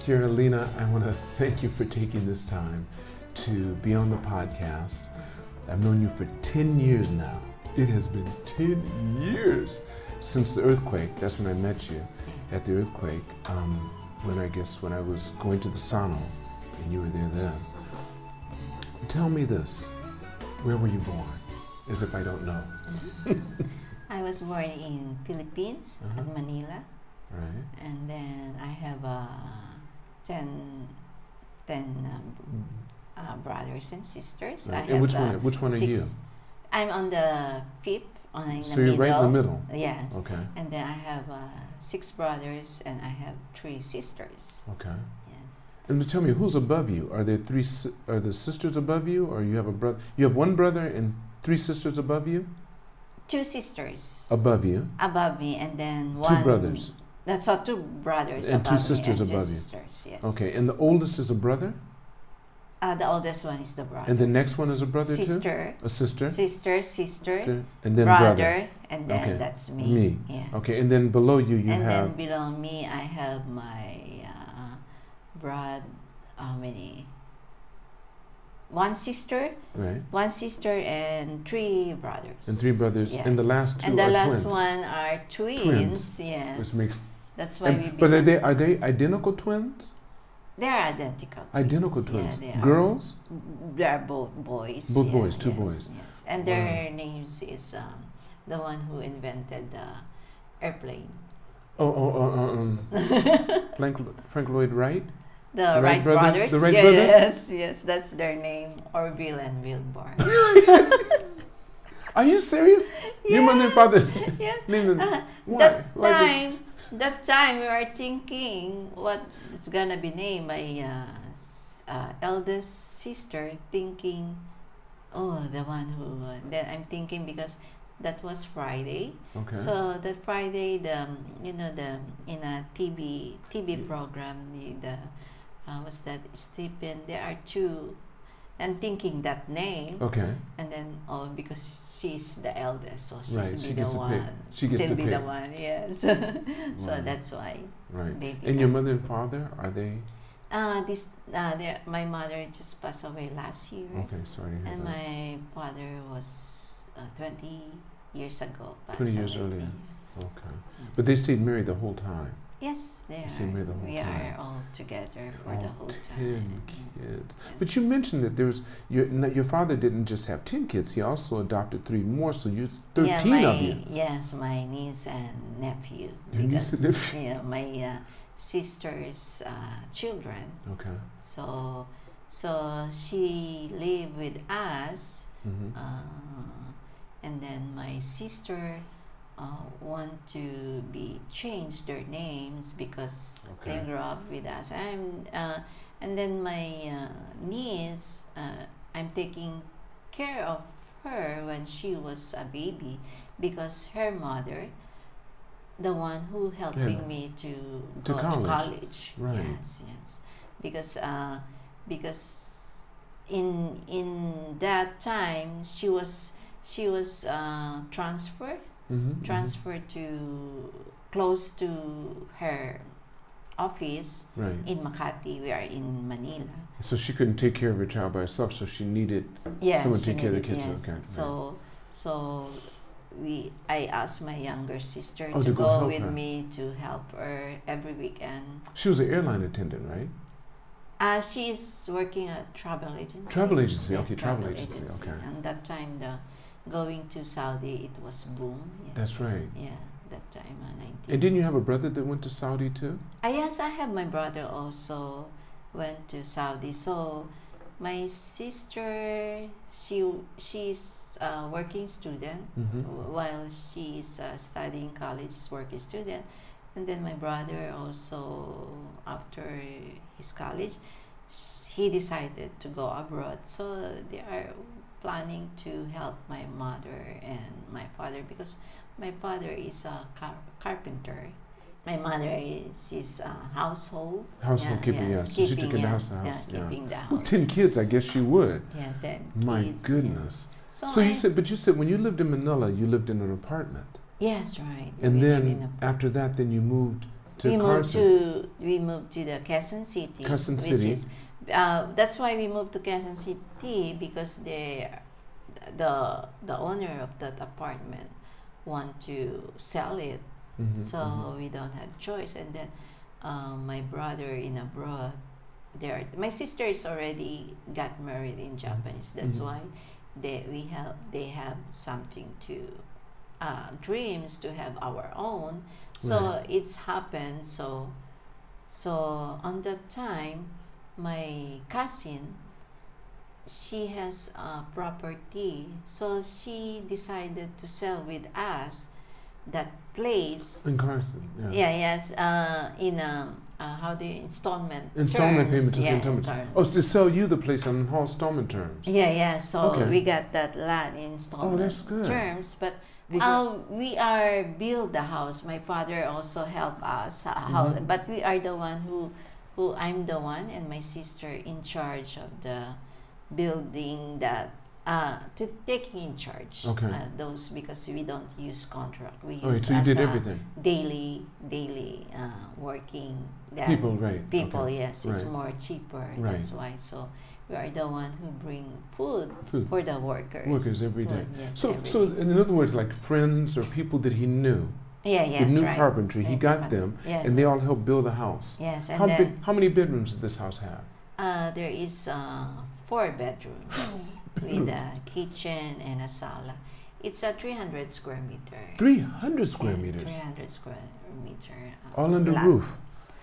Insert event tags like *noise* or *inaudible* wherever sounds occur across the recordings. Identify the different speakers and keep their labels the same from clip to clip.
Speaker 1: Carolina, I want to thank you for taking this time to be on the podcast. I've known you for 10 years now. It has been 10 years since the earthquake. That's when I met you at the earthquake, um, when I guess when I was going to the Sano, and you were there then. Tell me this where were you born? As if I don't know.
Speaker 2: I was born in Philippines,
Speaker 1: Uh-huh.
Speaker 2: at Manila,
Speaker 1: Right?
Speaker 2: and then I have uh, 10, 10 um, uh, brothers and sisters. I
Speaker 1: Right.
Speaker 2: have,
Speaker 1: And which
Speaker 2: uh,
Speaker 1: one, which one are you?
Speaker 2: six- I'm on the fifth, on in
Speaker 1: So
Speaker 2: the
Speaker 1: you're
Speaker 2: middle.
Speaker 1: right in the middle.
Speaker 2: Yes.
Speaker 1: Okay,
Speaker 2: And then I have uh, six brothers and I have three sisters.
Speaker 1: okay.
Speaker 2: Yes.
Speaker 1: And tell me, who's above you? Are there three? si- Are the sisters above you, or you have a brother? You have one brother and three sisters above you.
Speaker 2: Two sisters
Speaker 1: Above you,
Speaker 2: above me, and then
Speaker 1: two
Speaker 2: one.
Speaker 1: brothers.
Speaker 2: That's all, two brothers.
Speaker 1: And two
Speaker 2: above
Speaker 1: sisters
Speaker 2: me and two
Speaker 1: above you.
Speaker 2: sisters, yes.
Speaker 1: Okay, and the oldest is a brother,
Speaker 2: Uh, the oldest one is the brother.
Speaker 1: and the next one is a brother too,
Speaker 2: sister,
Speaker 1: a sister,
Speaker 2: sister, sister,
Speaker 1: sister, and then
Speaker 2: brother,
Speaker 1: brother.
Speaker 2: and then
Speaker 1: Okay.
Speaker 2: that's me.
Speaker 1: Me.
Speaker 2: Yeah.
Speaker 1: Okay, and then below you, you
Speaker 2: and
Speaker 1: have
Speaker 2: then below me, I have my uh, broad. How many? One sister,
Speaker 1: right,
Speaker 2: one sister, and three brothers.
Speaker 1: and three brothers,
Speaker 2: Yeah.
Speaker 1: and the last two
Speaker 2: And the
Speaker 1: are
Speaker 2: last
Speaker 1: twins,
Speaker 2: one are twins.
Speaker 1: Twins.
Speaker 2: Yes.
Speaker 1: which makes.
Speaker 2: that's why we.
Speaker 1: And, but are
Speaker 2: become-
Speaker 1: they are they identical twins?
Speaker 2: They're identical. Twins.
Speaker 1: Identical twins,
Speaker 2: Yeah, they are.
Speaker 1: girls.
Speaker 2: They are both boys.
Speaker 1: Both
Speaker 2: yeah,
Speaker 1: boys, two
Speaker 2: yes,
Speaker 1: boys.
Speaker 2: Yes, and their names is um, the one who invented the airplane,
Speaker 1: Oh, oh, oh, oh um,
Speaker 2: *laughs*
Speaker 1: Frank, Frank Lloyd Wright. *laughs*
Speaker 2: the,
Speaker 1: Wright
Speaker 2: Wright
Speaker 1: brothers,
Speaker 2: brothers.
Speaker 1: the Wright
Speaker 2: yeah,
Speaker 1: brothers?
Speaker 2: Yes, yes, that's their name, Orville and Wilbur.
Speaker 1: Are you serious? Your mother and father
Speaker 2: *laughs* yes.
Speaker 1: named them.
Speaker 2: Uh,
Speaker 1: Why?
Speaker 2: That
Speaker 1: Why did-
Speaker 2: time, that time we were thinking what it's gonna be named. My uh, s- uh, eldest sister thinking, oh, the one who. Uh, then I'm thinking because that was Friday.
Speaker 1: Okay.
Speaker 2: So that Friday, the um, you know the in a TV TV program the, the uh, was that Stephen? There are two. I'm thinking that name,
Speaker 1: okay.
Speaker 2: and then oh because she's the eldest, so she's
Speaker 1: Right,
Speaker 2: be
Speaker 1: she
Speaker 2: the
Speaker 1: gets to
Speaker 2: one.
Speaker 1: pick. She gets
Speaker 2: She'll
Speaker 1: to
Speaker 2: be the
Speaker 1: pick.
Speaker 2: one. Yes. *laughs* so
Speaker 1: Wow.
Speaker 2: that's why.
Speaker 1: Right.
Speaker 2: They
Speaker 1: And your
Speaker 2: become-
Speaker 1: mother and father are they?
Speaker 2: Uh, this uh, there, my mother just passed away last year,
Speaker 1: Okay. Uh-huh. Sorry to hear
Speaker 2: Mm-hmm. and
Speaker 1: that.
Speaker 2: my father was uh, twenty years ago. passed
Speaker 1: 20 years
Speaker 2: away.
Speaker 1: earlier. okay. But they stayed married the whole time.
Speaker 2: Yes, they are.
Speaker 1: They stayed married the whole
Speaker 2: we
Speaker 1: time.
Speaker 2: are all together for
Speaker 1: All
Speaker 2: the whole
Speaker 1: ten
Speaker 2: time.
Speaker 1: kids.
Speaker 2: Yes.
Speaker 1: But you mentioned that there was your no, your father didn't just have ten kids. He also adopted three more. So you
Speaker 2: yeah,
Speaker 1: thirteen
Speaker 2: my,
Speaker 1: of you.
Speaker 2: Yes, my niece and nephew.
Speaker 1: Your niece and
Speaker 2: because, Yeah, my uh, sister's uh, children.
Speaker 1: Okay.
Speaker 2: So, so she lived with us,
Speaker 1: hmm
Speaker 2: uh, and then my sister uh, want to be change their names because
Speaker 1: Okay.
Speaker 2: they grew up with us. I'm, uh, and then my uh, niece, uh, I'm taking care of her when she was a baby because her mother. The one who helping
Speaker 1: Yeah.
Speaker 2: me to
Speaker 1: To
Speaker 2: go
Speaker 1: college.
Speaker 2: to college,
Speaker 1: Right.
Speaker 2: Yes, yes, because uh, because in in that time she was she was uh, transferred
Speaker 1: hmm
Speaker 2: transferred to close to her office
Speaker 1: Right.
Speaker 2: in Makati. We are in Manila.
Speaker 1: So she couldn't take care of her child by herself. So she needed.
Speaker 2: Yes,
Speaker 1: Someone
Speaker 2: she
Speaker 1: take care of the
Speaker 2: needed-
Speaker 1: kids, okay, right.
Speaker 2: So so we I asked my younger sister
Speaker 1: Oh,
Speaker 2: to,
Speaker 1: to go
Speaker 2: go,
Speaker 1: help
Speaker 2: with
Speaker 1: her.
Speaker 2: me to help her every weekend.
Speaker 1: She was an airline attendant, right?
Speaker 2: Uh, she's working at travel agency.
Speaker 1: Travel agency,
Speaker 2: Yeah,
Speaker 1: okay, travel agency, okay.
Speaker 2: And that time, the going to Saudi, it was boom. Yeah,
Speaker 1: That's right.
Speaker 2: yeah that time, uh, 19.
Speaker 1: And didn't you have a brother that went to Saudi too?
Speaker 2: Ah, yes, I have my brother also went to Saudi. So my sister, she she's a working student
Speaker 1: Mm-hmm.
Speaker 2: while she's uh, studying college, she's working student. And then my brother also, after his college, he decided to go abroad. So they are planning to help my mother and my father because my father is a car- carpenter. My mother is she's a household
Speaker 1: Household keeping, yeah. So she took
Speaker 2: keeping,
Speaker 1: it
Speaker 2: yeah,
Speaker 1: house to house,
Speaker 2: Yeah,
Speaker 1: yeah.
Speaker 2: keeping the
Speaker 1: Well,
Speaker 2: house.
Speaker 1: ten kids, I guess she would.
Speaker 2: yeah, then
Speaker 1: My
Speaker 2: kids, yeah.
Speaker 1: goodness.
Speaker 2: So,
Speaker 1: So
Speaker 2: I-
Speaker 1: you said, but you said when you lived in Manila, you lived in an apartment,
Speaker 2: yes, right.
Speaker 1: and
Speaker 2: We live in
Speaker 1: then
Speaker 2: a-
Speaker 1: after that, then you moved to
Speaker 2: we
Speaker 1: Carson.
Speaker 2: moved to we moved to the Quezon City.
Speaker 1: Quezon
Speaker 2: which
Speaker 1: City.
Speaker 2: Is, uh, that's why we moved to Quezon City because they, the the owner of that apartment, want to sell it.
Speaker 1: Mhm,
Speaker 2: So
Speaker 1: mhm.
Speaker 2: we don't have choice. And then uh, my brother in abroad, there my sister is already got married in Japanese. That's
Speaker 1: Mhm.
Speaker 2: why they we have they have something to uh, dreams to have our own. So
Speaker 1: Right.
Speaker 2: it's happened. So so on that time, my cousin she has a property so she decided to sell with us that place
Speaker 1: in Carson. Yeah.
Speaker 2: yeah, yes. Uh, in um, uh, how the installment
Speaker 1: Installment
Speaker 2: terms.
Speaker 1: payment to
Speaker 2: yeah,
Speaker 1: the installment.
Speaker 2: term.
Speaker 1: Oh, to sell you the place on installment terms.
Speaker 2: Yeah, yeah. So
Speaker 1: Okay. Oh,
Speaker 2: we got that lot in installment
Speaker 1: that's good.
Speaker 2: terms, but
Speaker 1: Was it-
Speaker 2: um, we are build the house. My father also help us. Uh, how,
Speaker 1: Mhm.
Speaker 2: but we are the one who, who I'm the one and my sister in charge of the building that. Uh, to taking in charge
Speaker 1: Okay.
Speaker 2: uh, those because we don't use contract. We
Speaker 1: Oh,
Speaker 2: use
Speaker 1: so you
Speaker 2: as
Speaker 1: did
Speaker 2: a-
Speaker 1: everything.
Speaker 2: daily daily uh, working that
Speaker 1: People, right?
Speaker 2: people
Speaker 1: okay.
Speaker 2: yes it's
Speaker 1: right.
Speaker 2: more cheaper
Speaker 1: Right.
Speaker 2: that's why so we are the one who bring food
Speaker 1: Food.
Speaker 2: for the workers
Speaker 1: Workers every day.
Speaker 2: Food, yes,
Speaker 1: So,
Speaker 2: every
Speaker 1: so
Speaker 2: day.
Speaker 1: in other words, like friends or people that he knew,
Speaker 2: yeah yes
Speaker 1: the new
Speaker 2: right
Speaker 1: carpentry, he
Speaker 2: Yeah,
Speaker 1: got
Speaker 2: but-
Speaker 1: them,
Speaker 2: yeah,
Speaker 1: and they all helped build the house.
Speaker 2: yes and
Speaker 1: how
Speaker 2: then
Speaker 1: big? How many bedrooms did this house have?
Speaker 2: uh, there is uh, four
Speaker 1: *gasps*
Speaker 2: bedrooms with a kitchen and a sala it's a 300 square meter
Speaker 1: Three hundred square
Speaker 2: Yeah,
Speaker 1: meters,
Speaker 2: 300 square meter uh,
Speaker 1: all under
Speaker 2: lot.
Speaker 1: roof.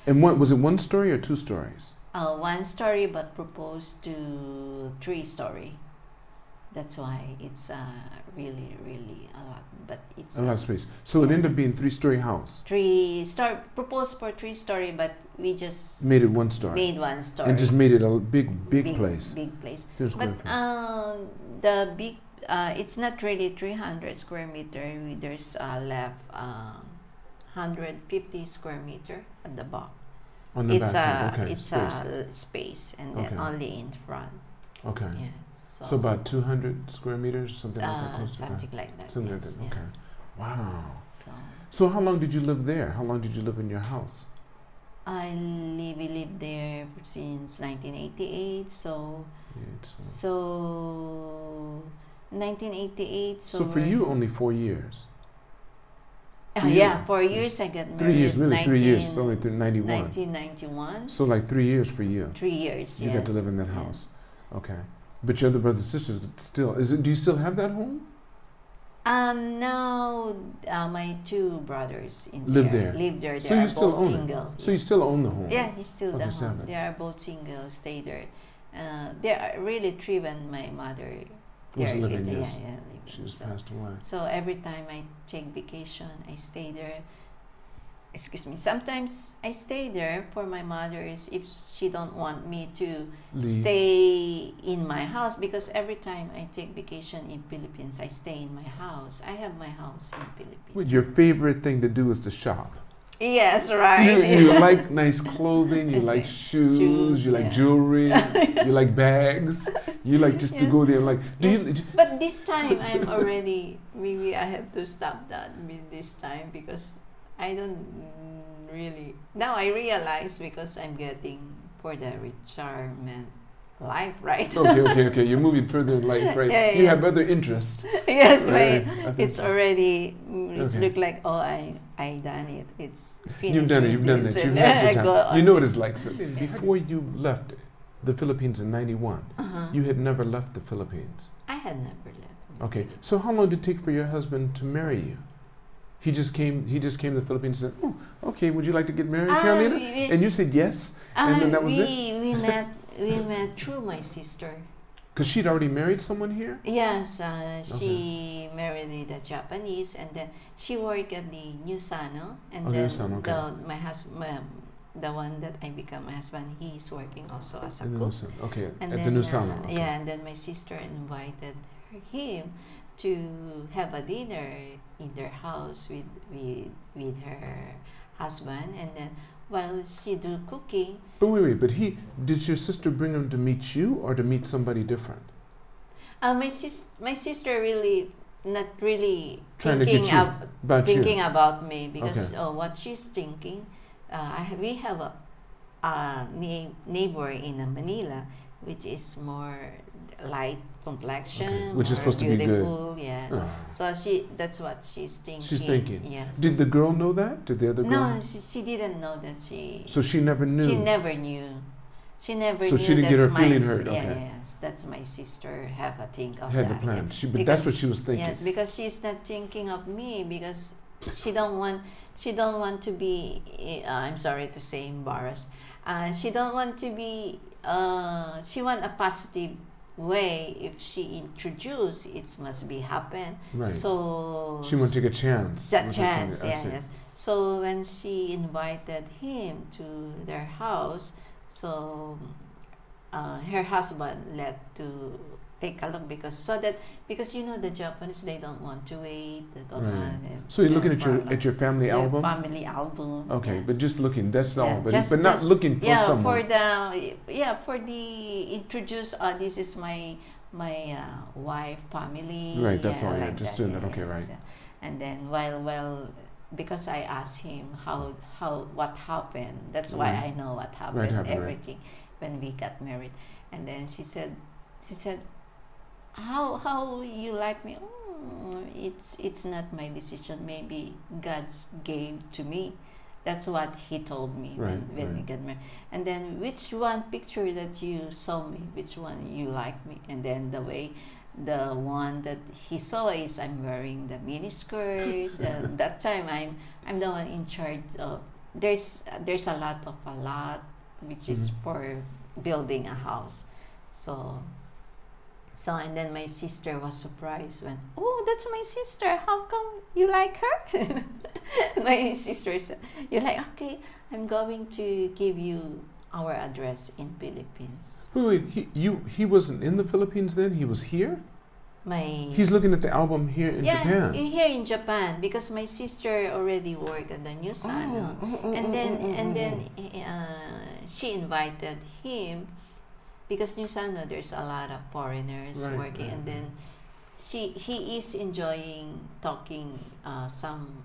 Speaker 1: And what was it? One story or two stories?
Speaker 2: uh, one story but proposed to three story that's why it's uh, really really a lot but it's
Speaker 1: A lot of space. So it ended up being three story house.
Speaker 2: three star proposed for three story but we just
Speaker 1: Made it one story,
Speaker 2: made one story
Speaker 1: Mm. and just made it a big, big, place.
Speaker 2: big place
Speaker 1: Three square
Speaker 2: but
Speaker 1: feet.
Speaker 2: uh, the big uh, it's not really 300 square meter We- there's uh, left uh, 150 square meter at the back
Speaker 1: on the
Speaker 2: it's
Speaker 1: back
Speaker 2: a
Speaker 1: side. Okay,
Speaker 2: it's
Speaker 1: space.
Speaker 2: a space and then
Speaker 1: Okay.
Speaker 2: only in front
Speaker 1: okay.
Speaker 2: Yeah,
Speaker 1: So, about two hundred square meters, something like that,
Speaker 2: uh,
Speaker 1: close to that.
Speaker 2: something like that.
Speaker 1: Something
Speaker 2: yes,
Speaker 1: like that. Okay. Wow.
Speaker 2: Yeah. So
Speaker 1: So how long did you live there? How long did you live in your house?
Speaker 2: I live lived there since 1988. So
Speaker 1: It's, uh,
Speaker 2: so 1988. So,
Speaker 1: so, for
Speaker 2: we're- *laughs*
Speaker 1: you, only four years.
Speaker 2: Ah,
Speaker 1: for you,
Speaker 2: yeah, four years I got married.
Speaker 1: Three years, really, three years.
Speaker 2: 19
Speaker 1: Only through ninety-one.
Speaker 2: 1991.
Speaker 1: So like three years for you.
Speaker 2: Three years.
Speaker 1: You got to
Speaker 2: yes,
Speaker 1: live in that
Speaker 2: yes.
Speaker 1: house. Okay. But your other brothers and sisters still is it? Do you still have that home?
Speaker 2: And Um, now uh, my two brothers in
Speaker 1: Live there.
Speaker 2: Live there. They
Speaker 1: So you
Speaker 2: are
Speaker 1: still
Speaker 2: both
Speaker 1: own it.
Speaker 2: single.
Speaker 1: So you still own the home?
Speaker 2: Yeah, he's still
Speaker 1: Okay,
Speaker 2: the
Speaker 1: seven.
Speaker 2: home. They are both single, stay there. Uh, they are really driven. My mother
Speaker 1: Was
Speaker 2: there,
Speaker 1: living,
Speaker 2: yeah, yeah,
Speaker 1: yes.
Speaker 2: yeah, living.
Speaker 1: She just
Speaker 2: so,
Speaker 1: passed away.
Speaker 2: so every time I take vacation, I stay there. Excuse me. Sometimes I stay there for my mother is if she don't want me to
Speaker 1: Leave.
Speaker 2: stay in my house because every time I take vacation in Philippines, I stay in my house. I have my house in Philippines.
Speaker 1: What, your favorite thing to do is to shop.
Speaker 2: yes, right.
Speaker 1: You, *laughs*
Speaker 2: *laughs*
Speaker 1: you like nice clothing. You
Speaker 2: It's
Speaker 1: like
Speaker 2: like
Speaker 1: shoes.
Speaker 2: shoes,
Speaker 1: you like
Speaker 2: yeah.
Speaker 1: jewelry. you like bags. You like just to
Speaker 2: Yes.
Speaker 1: go there. and Like, do you?
Speaker 2: But this time I'm already maybe I have to stop that with this time because I don't mm, really now I realize because I'm getting for the retirement life, right?
Speaker 1: okay, okay, okay. You're moving further in
Speaker 2: *laughs*
Speaker 1: life, right?
Speaker 2: Yeah,
Speaker 1: you have
Speaker 2: yes.
Speaker 1: other interests.
Speaker 2: *laughs* yes,
Speaker 1: Right,
Speaker 2: right.
Speaker 1: right. Okay.
Speaker 2: It's already mm, it's
Speaker 1: Okay.
Speaker 2: look like oh I I done it. It's finished.
Speaker 1: You've done it.
Speaker 2: with
Speaker 1: You've done
Speaker 2: this
Speaker 1: that. You've
Speaker 2: and
Speaker 1: had your
Speaker 2: *laughs* I go
Speaker 1: time. You
Speaker 2: on.
Speaker 1: know what it's like. So before you left the Philippines in '91,
Speaker 2: Uh-huh.
Speaker 1: you had never left the Philippines.
Speaker 2: I had never left.
Speaker 1: Okay. So how long did it take for your husband to marry you? He just came. He just came to the Philippines and said, "Oh, okay. Would you like to get married,
Speaker 2: Ah,
Speaker 1: Carolina?"
Speaker 2: we- we-
Speaker 1: And you said yes. and then that
Speaker 2: Ah,
Speaker 1: was
Speaker 2: we,
Speaker 1: it?
Speaker 2: we met we met through my sister.
Speaker 1: Because she'd already married someone here?
Speaker 2: Yes, uh, she married a Japanese, and then she worked at the New Sano, and
Speaker 1: Oh,
Speaker 2: then
Speaker 1: Newsano, okay.
Speaker 2: the, my husband, the one that I become my husband, he's working also as a
Speaker 1: And then
Speaker 2: cook.
Speaker 1: Nusan. Okay,
Speaker 2: And
Speaker 1: at
Speaker 2: then,
Speaker 1: the
Speaker 2: uh,
Speaker 1: new salon. okay.
Speaker 2: yeah, and then my sister invited her, him to have a dinner in their house with with with her husband, and then while she do cooking,
Speaker 1: But wait, wait, but he, did your sister bring him to meet you or to meet somebody different?
Speaker 2: uh, my sis my sister really not really
Speaker 1: Trying to
Speaker 2: thinking
Speaker 1: get you,
Speaker 2: ab-
Speaker 1: About
Speaker 2: thinking
Speaker 1: you.
Speaker 2: about me because
Speaker 1: Okay.
Speaker 2: uh, what she's thinking, uh, I have, we have a, a neigh- neighbor in uh, Manila, which is more light complexion,
Speaker 1: Okay, which is
Speaker 2: more
Speaker 1: supposed to be good.
Speaker 2: beautiful, yeah.
Speaker 1: Oh.
Speaker 2: So she, that's what she's thinking.
Speaker 1: thinking.
Speaker 2: Yes.
Speaker 1: Did the girl know that? Did the other girl?
Speaker 2: no, she, she didn't know that she.
Speaker 1: So she never knew.
Speaker 2: She never knew. She never
Speaker 1: So
Speaker 2: knew.
Speaker 1: she didn't get
Speaker 2: that's
Speaker 1: her feeling
Speaker 2: my,
Speaker 1: hurt,
Speaker 2: Yeah,
Speaker 1: okay.
Speaker 2: yes, that's my sister. Have a think of
Speaker 1: had the
Speaker 2: that.
Speaker 1: plan. She, but that's what
Speaker 2: Because-
Speaker 1: she was thinking.
Speaker 2: Yes, Oh, because she's not thinking of me because she don't want she don't want to be. eh, Uh, I'm sorry to say embarrassed. Uh, she don't want to be. Uh, she want a positive way. If she introduce, it must be happen.
Speaker 1: Right.
Speaker 2: So
Speaker 1: she wanted to take a chance.
Speaker 2: that
Speaker 1: with somebody.
Speaker 2: chance,
Speaker 1: I
Speaker 2: yeah,
Speaker 1: see.
Speaker 2: yes. So when she invited him to their house, so uh, her husband led to take a look because so that because you know the Japanese they don't want to wait, they don't
Speaker 1: Right.
Speaker 2: want.
Speaker 1: So you're looking at your at your family album.
Speaker 2: family album.
Speaker 1: okay,
Speaker 2: yes.
Speaker 1: but just looking. That's
Speaker 2: Yeah,
Speaker 1: all. But
Speaker 2: just-
Speaker 1: but not
Speaker 2: just-
Speaker 1: looking for
Speaker 2: yeah
Speaker 1: someone.
Speaker 2: for the yeah for the introduce. Uh, this is my my uh, wife family.
Speaker 1: Right, that's all, yeah,
Speaker 2: like
Speaker 1: just doing that, okay, right.
Speaker 2: yes. And then while well because I asked him how how what happened. That's why
Speaker 1: Right.
Speaker 2: I know what happened.
Speaker 1: happened, right.
Speaker 2: everything when we got married. And then she said she said how how you like me. "Mm, It's it's not my decision. Maybe God's gave to me. That's what He told me
Speaker 1: Right,
Speaker 2: when, when we
Speaker 1: right.
Speaker 2: got married. And then which one picture that you saw me? Which one you like me? And then the way the one that he saw is I'm wearing the
Speaker 1: *laughs*
Speaker 2: miniskirt. uh, that time I'm I'm the one in charge of. There's there's a lot of a lot which is
Speaker 1: Mhm.
Speaker 2: for building a house. So so and then my sister was surprised when, oh, that's my sister. How come you like her? *laughs* my sister said, you're like, okay, I'm going to give you our address in Philippines.
Speaker 1: Wait, wait. He, you he wasn't in the Philippines then. He was here.
Speaker 2: My
Speaker 1: He's looking at the album here in
Speaker 2: yeah,
Speaker 1: Japan.
Speaker 2: in- here in Japan because my sister already worked at the news
Speaker 1: Oh.
Speaker 2: channel.
Speaker 1: Mm,
Speaker 2: and then and then uh, she invited him because New Sano there's a lot of foreigners
Speaker 1: Right,
Speaker 2: working
Speaker 1: right,
Speaker 2: and then she he is enjoying talking uh, some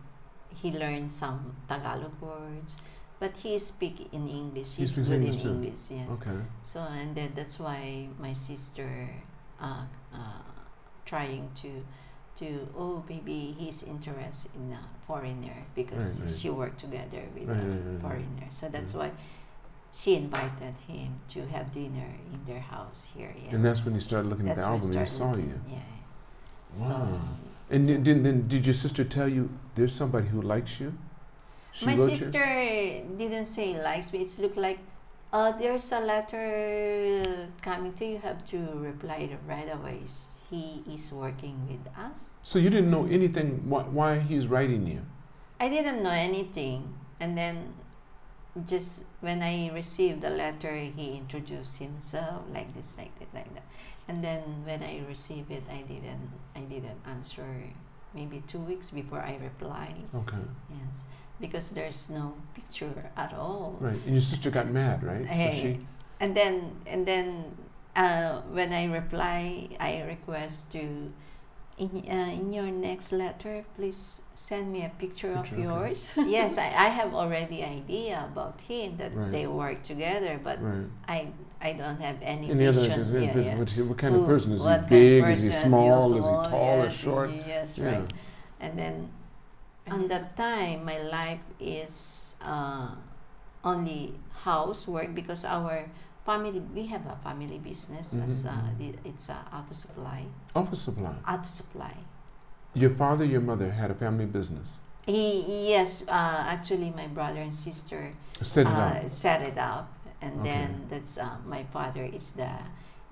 Speaker 2: he learned some Tagalog words but he speak in English
Speaker 1: He
Speaker 2: he's
Speaker 1: speaks
Speaker 2: good
Speaker 1: English
Speaker 2: in
Speaker 1: too.
Speaker 2: English yes
Speaker 1: Okay.
Speaker 2: so and then that's why my sister uh, uh, trying to to oh maybe he's interested in a foreigner because
Speaker 1: Right, right.
Speaker 2: she worked together with
Speaker 1: Right,
Speaker 2: a
Speaker 1: right, right, right.
Speaker 2: foreigner. So that's why she invited him to have dinner in their house here. Yeah.
Speaker 1: And that's when he started looking at
Speaker 2: That's
Speaker 1: the album. and
Speaker 2: when I
Speaker 1: He
Speaker 2: started
Speaker 1: saw
Speaker 2: looking-
Speaker 1: you.
Speaker 2: Yeah.
Speaker 1: Wow.
Speaker 2: So,
Speaker 1: and then, then, then did your sister tell you there's somebody who likes you? She
Speaker 2: my
Speaker 1: wrote you?
Speaker 2: sister didn't say likes me. It's looked like, uh, there's a letter coming to you. You have to reply right away. He is working with us.
Speaker 1: So you didn't know anything why, why he's writing you.
Speaker 2: I didn't know anything. And then just when I received the letter, he introduced himself like this, like that, like that. And then when I received it, I didn't, I didn't answer. Maybe two weeks before I replied.
Speaker 1: Okay.
Speaker 2: Yes, because there's no picture at all.
Speaker 1: Right. And your sister got mad, right? So
Speaker 2: Hey,
Speaker 1: she
Speaker 2: and then and then uh, when I reply, I request to in uh, in your next letter, please send me a picture,
Speaker 1: Picture,
Speaker 2: of
Speaker 1: okay. *laughs*
Speaker 2: yours. yes, I, I have already idea about him that
Speaker 1: Right.
Speaker 2: they work together, but
Speaker 1: Right.
Speaker 2: I I don't have any,
Speaker 1: Any other
Speaker 2: vision.
Speaker 1: vision,
Speaker 2: uh, Yeah,
Speaker 1: vision,
Speaker 2: yeah.
Speaker 1: What, he- what kind of
Speaker 2: Who-
Speaker 1: person is
Speaker 2: what
Speaker 1: he?
Speaker 2: kind
Speaker 1: Big?
Speaker 2: of
Speaker 1: Is he
Speaker 2: person?
Speaker 1: small? Is he tall or
Speaker 2: yes,
Speaker 1: short?
Speaker 2: Yes,
Speaker 1: yeah.
Speaker 2: right and then on that time my life is uh, only housework because our family we have a family business as
Speaker 1: Mhm,
Speaker 2: uh,
Speaker 1: mhm.
Speaker 2: the- it's uh, auto supply
Speaker 1: Office supply.
Speaker 2: auto supply
Speaker 1: Your father, your mother had a family business.
Speaker 2: he, yes uh, actually my brother and sister
Speaker 1: Set it
Speaker 2: uh,
Speaker 1: up.
Speaker 2: set it up and
Speaker 1: Okay.
Speaker 2: then that's uh, my father is the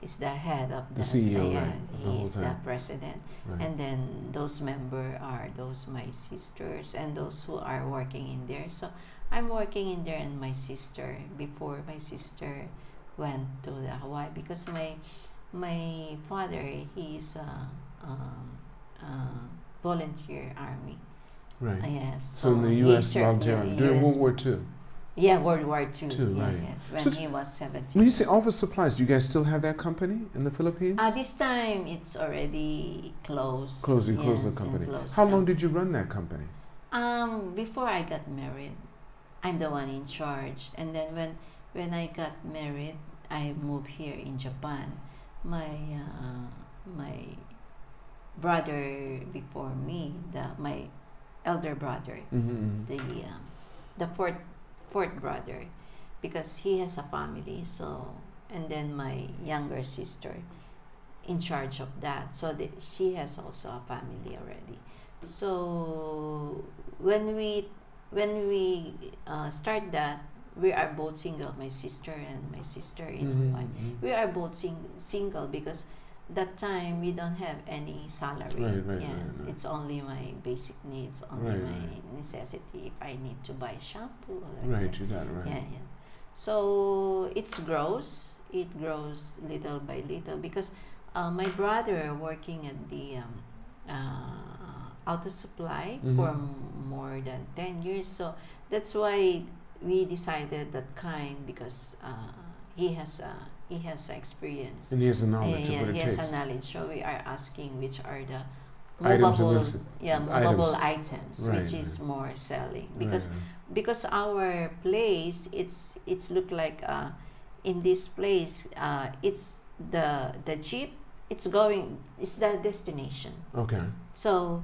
Speaker 2: is the head of
Speaker 1: The
Speaker 2: the,
Speaker 1: CEO,
Speaker 2: yeah,
Speaker 1: right, of the
Speaker 2: he
Speaker 1: whole
Speaker 2: is the
Speaker 1: thing.
Speaker 2: president.
Speaker 1: Right.
Speaker 2: And then those member are those my sisters and those who are working in there. So I'm working in there and my sister before my sister went to the Hawaii because my my father he is a, um, uh volunteer army.
Speaker 1: right.
Speaker 2: Uh, yes.
Speaker 1: so, in the
Speaker 2: he
Speaker 1: U.S.
Speaker 2: served
Speaker 1: volunteering
Speaker 2: in the
Speaker 1: during
Speaker 2: US
Speaker 1: World War II.
Speaker 2: yeah, World War II.
Speaker 1: Two,
Speaker 2: yeah,
Speaker 1: right.
Speaker 2: Yes, when
Speaker 1: So t-
Speaker 2: he was 17.
Speaker 1: When you say office supplies, do you guys still have that company in the Philippines?
Speaker 2: Uh, this time it's already closed.
Speaker 1: Close, you closed the
Speaker 2: Yes, and
Speaker 1: company.
Speaker 2: closed
Speaker 1: How long
Speaker 2: down.
Speaker 1: did you run that company?
Speaker 2: Um, before I got married, I'm the one in charge. And then when when I got married, I moved here in Japan. My uh, my brother before me, the my elder brother,
Speaker 1: Mm-hmm.
Speaker 2: the um, the fourth fourth brother because he has a family so and then my younger sister in charge of that so the, she has also a family already so when we when we uh, start that we are both single my sister and my sister
Speaker 1: Mm-hmm,
Speaker 2: in Hawaii we are both sing- single because that time we don't have any salary
Speaker 1: Right, right,
Speaker 2: yeah
Speaker 1: right, right.
Speaker 2: it's only my basic needs only
Speaker 1: Right,
Speaker 2: my
Speaker 1: right.
Speaker 2: necessity if i need to buy shampoo like
Speaker 1: Right,
Speaker 2: that.
Speaker 1: you got it right.
Speaker 2: yeah yes so it grows it grows little by little because uh, my brother working at the um, uh, auto supply
Speaker 1: Mhm.
Speaker 2: for m- more than 10 years so that's why we decided that kind because uh, he has uh, he has experience
Speaker 1: And he has the knowledge of
Speaker 2: yeah,
Speaker 1: what it
Speaker 2: yes,
Speaker 1: takes.
Speaker 2: knowledge. So we are asking which are the
Speaker 1: Items and
Speaker 2: movable,
Speaker 1: necess-
Speaker 2: yeah,
Speaker 1: items.
Speaker 2: movable items, which
Speaker 1: Right,
Speaker 2: is
Speaker 1: right.
Speaker 2: more selling because
Speaker 1: Right.
Speaker 2: because our place it's it's look like uh, in this place uh, it's the the jeep it's going it's the destination
Speaker 1: Okay.
Speaker 2: so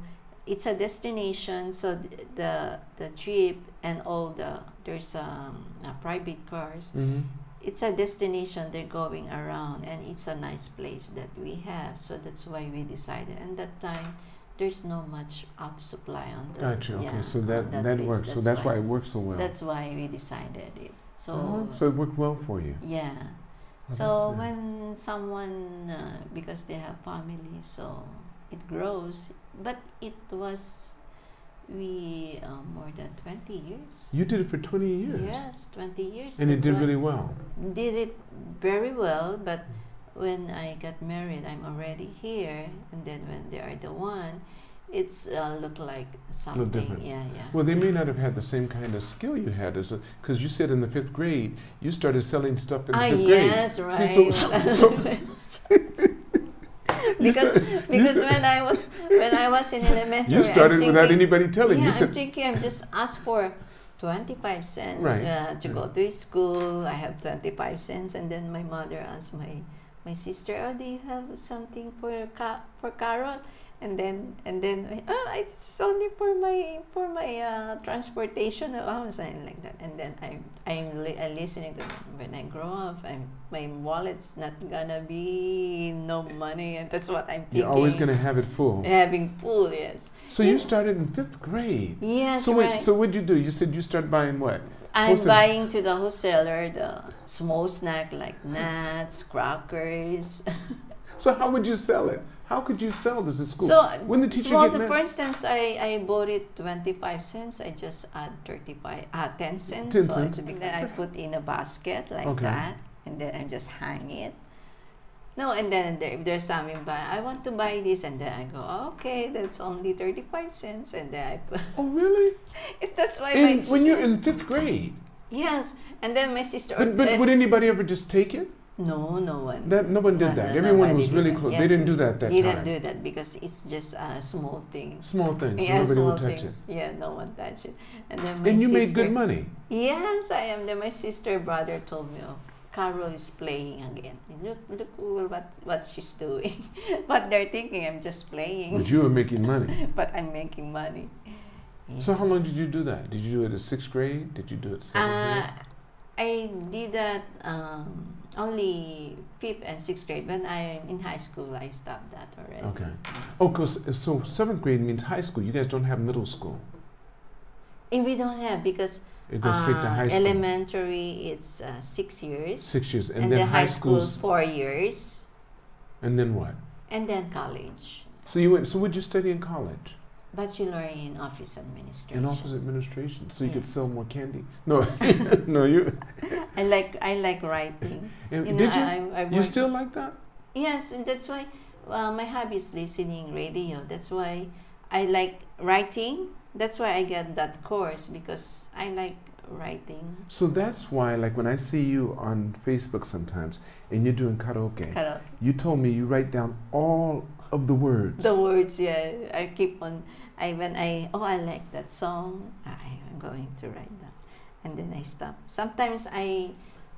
Speaker 2: it's a destination so th- the the jeep and all the there's um uh, private cars
Speaker 1: Mm-hmm.
Speaker 2: it's a destination they're going around and it's a nice place that we have so that's why we decided and that time there's no much out supply on the
Speaker 1: Gotcha.
Speaker 2: yeah,
Speaker 1: okay. So
Speaker 2: on
Speaker 1: that that,
Speaker 2: place.
Speaker 1: works. so that's why, it works so well.
Speaker 2: that's why we decided it so
Speaker 1: Uh-huh. so it worked well for you.
Speaker 2: yeah
Speaker 1: that's
Speaker 2: so
Speaker 1: good.
Speaker 2: when someone uh, because they have family so it grows but it was we uh, more than 20 years
Speaker 1: You did it for 20 years.
Speaker 2: yes 20 years
Speaker 1: And it
Speaker 2: that's
Speaker 1: did
Speaker 2: why-
Speaker 1: really well.
Speaker 2: did it very well but
Speaker 1: Hmm.
Speaker 2: when i got married i'm already here and then when they are the one it's uh, look like something
Speaker 1: different.
Speaker 2: yeah yeah
Speaker 1: Well, they may not have had the same kind of skill you had, as because you said in the fifth grade you started selling stuff in the
Speaker 2: ah
Speaker 1: fifth
Speaker 2: yes
Speaker 1: grade.
Speaker 2: right
Speaker 1: See, so, so,
Speaker 2: *laughs*
Speaker 1: so you
Speaker 2: because
Speaker 1: said-
Speaker 2: because
Speaker 1: said-
Speaker 2: when i was when i was in elementary
Speaker 1: *laughs* you
Speaker 2: I'm
Speaker 1: started without
Speaker 2: thinking-
Speaker 1: anybody telling
Speaker 2: yeah,
Speaker 1: you. said,
Speaker 2: I'm thinking I'm just asked for 25 cents
Speaker 1: Right.
Speaker 2: uh, to
Speaker 1: Yeah.
Speaker 2: go to school. I have 25 cents, and then my mother asked my my sister, "Oh, do you have something for ca- for carrot?" And then and then oh, it's only for my for my uh, transportation allowance and like that. And then I'm I'm, li- I'm listening to them. when I grow up, I'm, my wallet's not gonna be no money, and that's what I'm thinking.
Speaker 1: "You're always going to have it full."
Speaker 2: having full yes.
Speaker 1: So you started in fifth grade.
Speaker 2: Yes,
Speaker 1: so
Speaker 2: right.
Speaker 1: what? So what'd you do? You said you started buying what?
Speaker 2: I'm
Speaker 1: Wholesale.
Speaker 2: buying to the wholesaler the small snack like nuts, crackers.
Speaker 1: So how would you sell it? How could you sell this at school?
Speaker 2: So
Speaker 1: when the teacher
Speaker 2: small,
Speaker 1: get mad,
Speaker 2: for instance, I, I bought it twenty five cents. I just add thirty five, ah, ten cents.
Speaker 1: 10
Speaker 2: so
Speaker 1: cents.
Speaker 2: it's big. Then I put in a basket like
Speaker 1: Okay.
Speaker 2: that, and then I just hang it. No, and then there, if there's something buy, I want to buy this, and then I go, okay, that's only thirty five cents, and then I put. *laughs*
Speaker 1: oh really?
Speaker 2: that's why
Speaker 1: In,
Speaker 2: my
Speaker 1: when you're in fifth grade,
Speaker 2: yes, and then my sister.
Speaker 1: but, but
Speaker 2: uh,
Speaker 1: would anybody ever just take it?
Speaker 2: no, no one.
Speaker 1: That no one did
Speaker 2: No,
Speaker 1: that.
Speaker 2: no,
Speaker 1: Everyone
Speaker 2: nobody
Speaker 1: was
Speaker 2: did
Speaker 1: really
Speaker 2: that.
Speaker 1: close. They
Speaker 2: Yes,
Speaker 1: didn't do that that
Speaker 2: They
Speaker 1: time.
Speaker 2: didn't do that because it's just a small thing.
Speaker 1: Small things.
Speaker 2: yeah,
Speaker 1: nobody
Speaker 2: small
Speaker 1: would touch
Speaker 2: things. Yeah, no one touched it. And then
Speaker 1: it.
Speaker 2: my
Speaker 1: And you made
Speaker 2: sister,
Speaker 1: good
Speaker 2: *laughs*
Speaker 1: money.
Speaker 2: Yes, I am. Then my sister brother told me, oh, Carol is playing again. Look, look what what she's doing. *laughs* but they're thinking I'm just
Speaker 1: But
Speaker 2: playing,
Speaker 1: you were making
Speaker 2: *laughs*
Speaker 1: money.
Speaker 2: but I'm making money.
Speaker 1: Mm. So how long did you do that? Did you do it at sixth grade? Did you do it seventh
Speaker 2: Uh,
Speaker 1: grade?
Speaker 2: I did that um, only fifth and sixth grade. When I'm in high school, I stopped that already.
Speaker 1: Okay.
Speaker 2: Yes.
Speaker 1: Oh, 'cause- so seventh grade means high school. You guys don't have middle school.
Speaker 2: And we don't have because
Speaker 1: It goes straight to
Speaker 2: uh,
Speaker 1: high school.
Speaker 2: elementary it's uh, six years
Speaker 1: Six years, and,
Speaker 2: and,
Speaker 1: then
Speaker 2: the high
Speaker 1: high
Speaker 2: school
Speaker 1: school's
Speaker 2: four years
Speaker 1: And then what?
Speaker 2: and then college.
Speaker 1: So you went. So what'd you study in college?
Speaker 2: Bachelor in office administration.
Speaker 1: In office administration, so you could
Speaker 2: Yes.
Speaker 1: sell more candy. No, *laughs* no, you.
Speaker 2: I like I like writing.
Speaker 1: and
Speaker 2: You
Speaker 1: *laughs*
Speaker 2: know,
Speaker 1: did you?
Speaker 2: I, I, I
Speaker 1: you
Speaker 2: work-
Speaker 1: still like that?
Speaker 2: Yes, and that's why uh, my hobby is listening radio. That's why I like writing. That's why I get that course because I like writing
Speaker 1: So that's why, like, when I see you on Facebook sometimes, and you're doing karaoke,
Speaker 2: karaoke.
Speaker 1: you told me you write down all of the words.
Speaker 2: The words, yeah, I keep on. I when I oh I like that song, I am going to write that, and then I stop. Sometimes I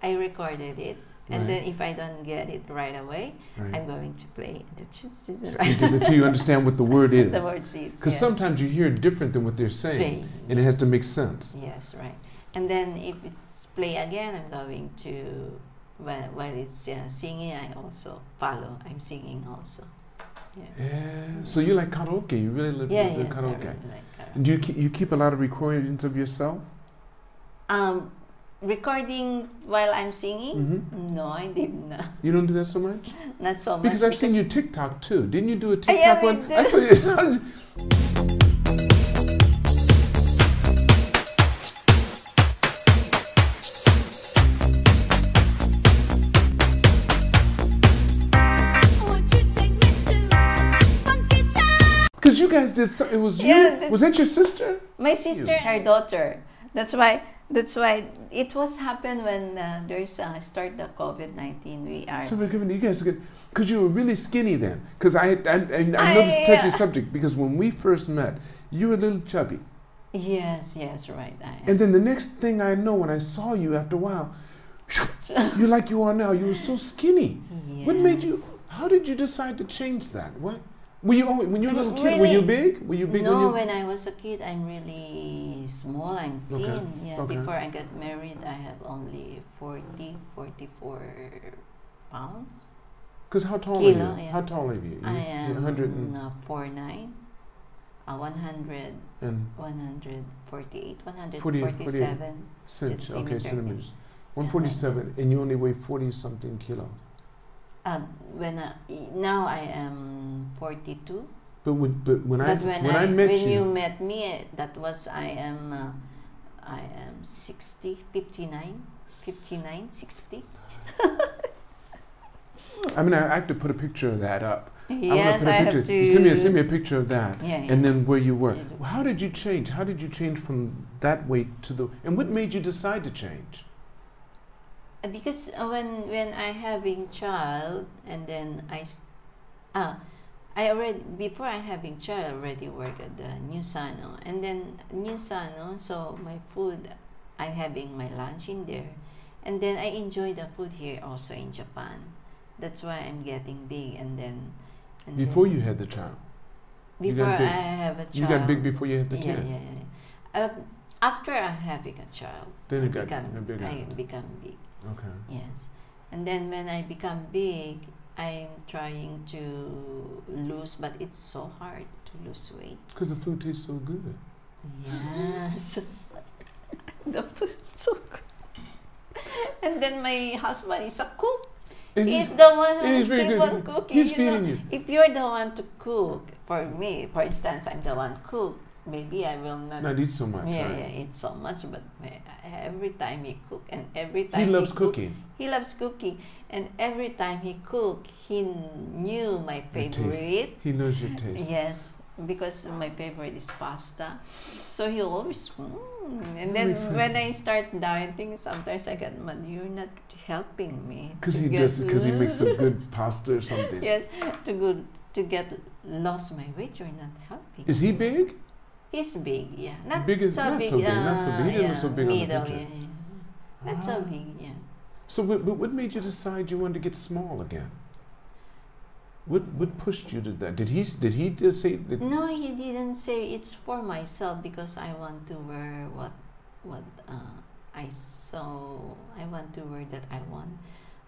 Speaker 2: I recorded it, and
Speaker 1: Right.
Speaker 2: then if I don't get it right away,
Speaker 1: right?
Speaker 2: I'm going to play it.
Speaker 1: Until until you
Speaker 2: *laughs*
Speaker 1: understand what the word
Speaker 2: the
Speaker 1: is,
Speaker 2: words is
Speaker 1: because
Speaker 2: yes.
Speaker 1: sometimes you hear it different than what they're saying,
Speaker 2: Play.
Speaker 1: and it has to make sense.
Speaker 2: Yes, right. And then if it's play again, I'm going to while while it's uh, singing, I also follow. I'm singing also.
Speaker 1: Yeah. So you like karaoke? You really love
Speaker 2: Yeah,
Speaker 1: the
Speaker 2: yes, I
Speaker 1: karaoke?
Speaker 2: really like karaoke.
Speaker 1: And do you keep, you keep a lot of recordings of yourself?
Speaker 2: Um, recording while I'm singing?
Speaker 1: hmm
Speaker 2: No, I did not. *laughs*
Speaker 1: You don't do that so much
Speaker 2: Not so much.
Speaker 1: because I've seen you TikTok too. Didn't you do a TikTok
Speaker 2: yeah, we
Speaker 1: one?
Speaker 2: do.
Speaker 1: I saw you. *laughs* Because you guys did so, it was you.
Speaker 2: Yeah, that's-
Speaker 1: was that your sister?
Speaker 2: My sister, and her daughter. That's why. That's why it was happened when uh, there's uh, start the COVID nineteen. We are
Speaker 1: So we're giving you guys because you were really skinny then. Because I, I, I, I know this is a touchy
Speaker 2: I-
Speaker 1: subject because when we first met, you were a little chubby,
Speaker 2: yes, yes, right. I am.
Speaker 1: and then the next thing I know, when I saw you after a while, *laughs* you're like you are now. You were so skinny. What made you?
Speaker 2: Yes.
Speaker 1: How did you decide to change that? What were you always, when you were a little kid? Were
Speaker 2: Really?
Speaker 1: you big? Were you big?
Speaker 2: no,
Speaker 1: when you,
Speaker 2: when I was a kid, I'm really small. I'm
Speaker 1: Okay,
Speaker 2: thin. Yeah,
Speaker 1: okay.
Speaker 2: before I got married, I have only 40, 44 pounds.
Speaker 1: because how tall
Speaker 2: Kilo,
Speaker 1: are you?
Speaker 2: yeah.
Speaker 1: How tall are you?
Speaker 2: I
Speaker 1: You're
Speaker 2: am
Speaker 1: 100 Mm-hmm. and,
Speaker 2: uh, 49, uh, 100,
Speaker 1: and
Speaker 2: 148,
Speaker 1: 48.
Speaker 2: 147.
Speaker 1: cinch. Okay,
Speaker 2: Centimeter, yeah.
Speaker 1: centimeters. 147, and you only weigh 40 something kilos.
Speaker 2: Uh, when I, now I am 42.
Speaker 1: But when, but when I
Speaker 2: but when,
Speaker 1: I, met
Speaker 2: when
Speaker 1: you,
Speaker 2: you met me, that was I am uh, I am 60, 59. 59, 60.
Speaker 1: I mean, I, I have to put a picture of that up. I wanna
Speaker 2: Yes,
Speaker 1: put a
Speaker 2: I,
Speaker 1: picture.
Speaker 2: have to.
Speaker 1: Send me, a, send me a picture of that,
Speaker 2: Yeah,
Speaker 1: and then
Speaker 2: yes.
Speaker 1: where you were.
Speaker 2: Yeah, look.
Speaker 1: Well, how did you change? How did you change from that weight to the? And what made you decide to change?
Speaker 2: Uh, Because uh, when when I having child and then I, s- ah, I already before I having child I already work at the New Sano and then New Sano so my food, I'm having my lunch in there, and then I enjoy the food here also in Japan. That's why I'm getting big and then. And
Speaker 1: Before
Speaker 2: then-
Speaker 1: you had the child, you
Speaker 2: before
Speaker 1: got big.
Speaker 2: I have a child.
Speaker 1: you got big before you had the
Speaker 2: yeah,
Speaker 1: kid.
Speaker 2: yeah, yeah. Uh, after I'm having a child,
Speaker 1: Then
Speaker 2: I
Speaker 1: it got
Speaker 2: become,
Speaker 1: got bigger.
Speaker 2: I become big.
Speaker 1: Okay.
Speaker 2: Yes, and then when I become big, I'm trying to lose, but it's so hard to lose weight.
Speaker 1: Because the food tastes so good.
Speaker 2: Yes, *laughs* the food is so good. And then my husband is a cook.
Speaker 1: And
Speaker 2: He's
Speaker 1: he's-
Speaker 2: the one
Speaker 1: and
Speaker 2: who
Speaker 1: he's very
Speaker 2: keep
Speaker 1: good.
Speaker 2: on cooking.
Speaker 1: he's
Speaker 2: you know.
Speaker 1: feeding you.
Speaker 2: If you're the one to cook for me, for instance, I'm the one cook. Maybe I will not.
Speaker 1: Not eat so much.
Speaker 2: yeah,
Speaker 1: right?
Speaker 2: yeah, it's so much, but my- every time he cook and every
Speaker 1: He
Speaker 2: time
Speaker 1: loves
Speaker 2: cook,
Speaker 1: cooking.
Speaker 2: he loves cooking, and every time he cook, he knew my
Speaker 1: Your taste.
Speaker 2: favorite.
Speaker 1: He knows your taste.
Speaker 2: Yes, because my favorite is pasta, so he always. Mm. And then
Speaker 1: Makes
Speaker 2: when I start dieting, sometimes I get mad. You're not helping me.
Speaker 1: Because
Speaker 2: to
Speaker 1: he
Speaker 2: get
Speaker 1: does. Because he makes some good pasta or something.
Speaker 2: *laughs* yes, to go to get lost my weight. You're not helping.
Speaker 1: Is he big?
Speaker 2: He's big, yeah. Not
Speaker 1: Big is-
Speaker 2: so
Speaker 1: not
Speaker 2: big.
Speaker 1: so big, not so big. He doesn't look
Speaker 2: uh, yeah,
Speaker 1: so big on the
Speaker 2: middle,
Speaker 1: picture.
Speaker 2: Yeah, yeah. Not so
Speaker 1: Ah.
Speaker 2: big, yeah.
Speaker 1: So, but, but what made you decide you wanted to get small again? What what pushed you to that? Did he s- did he just say that?
Speaker 2: No, he didn't say it's for myself because I want to wear what what uh, I saw. I want to wear that I want.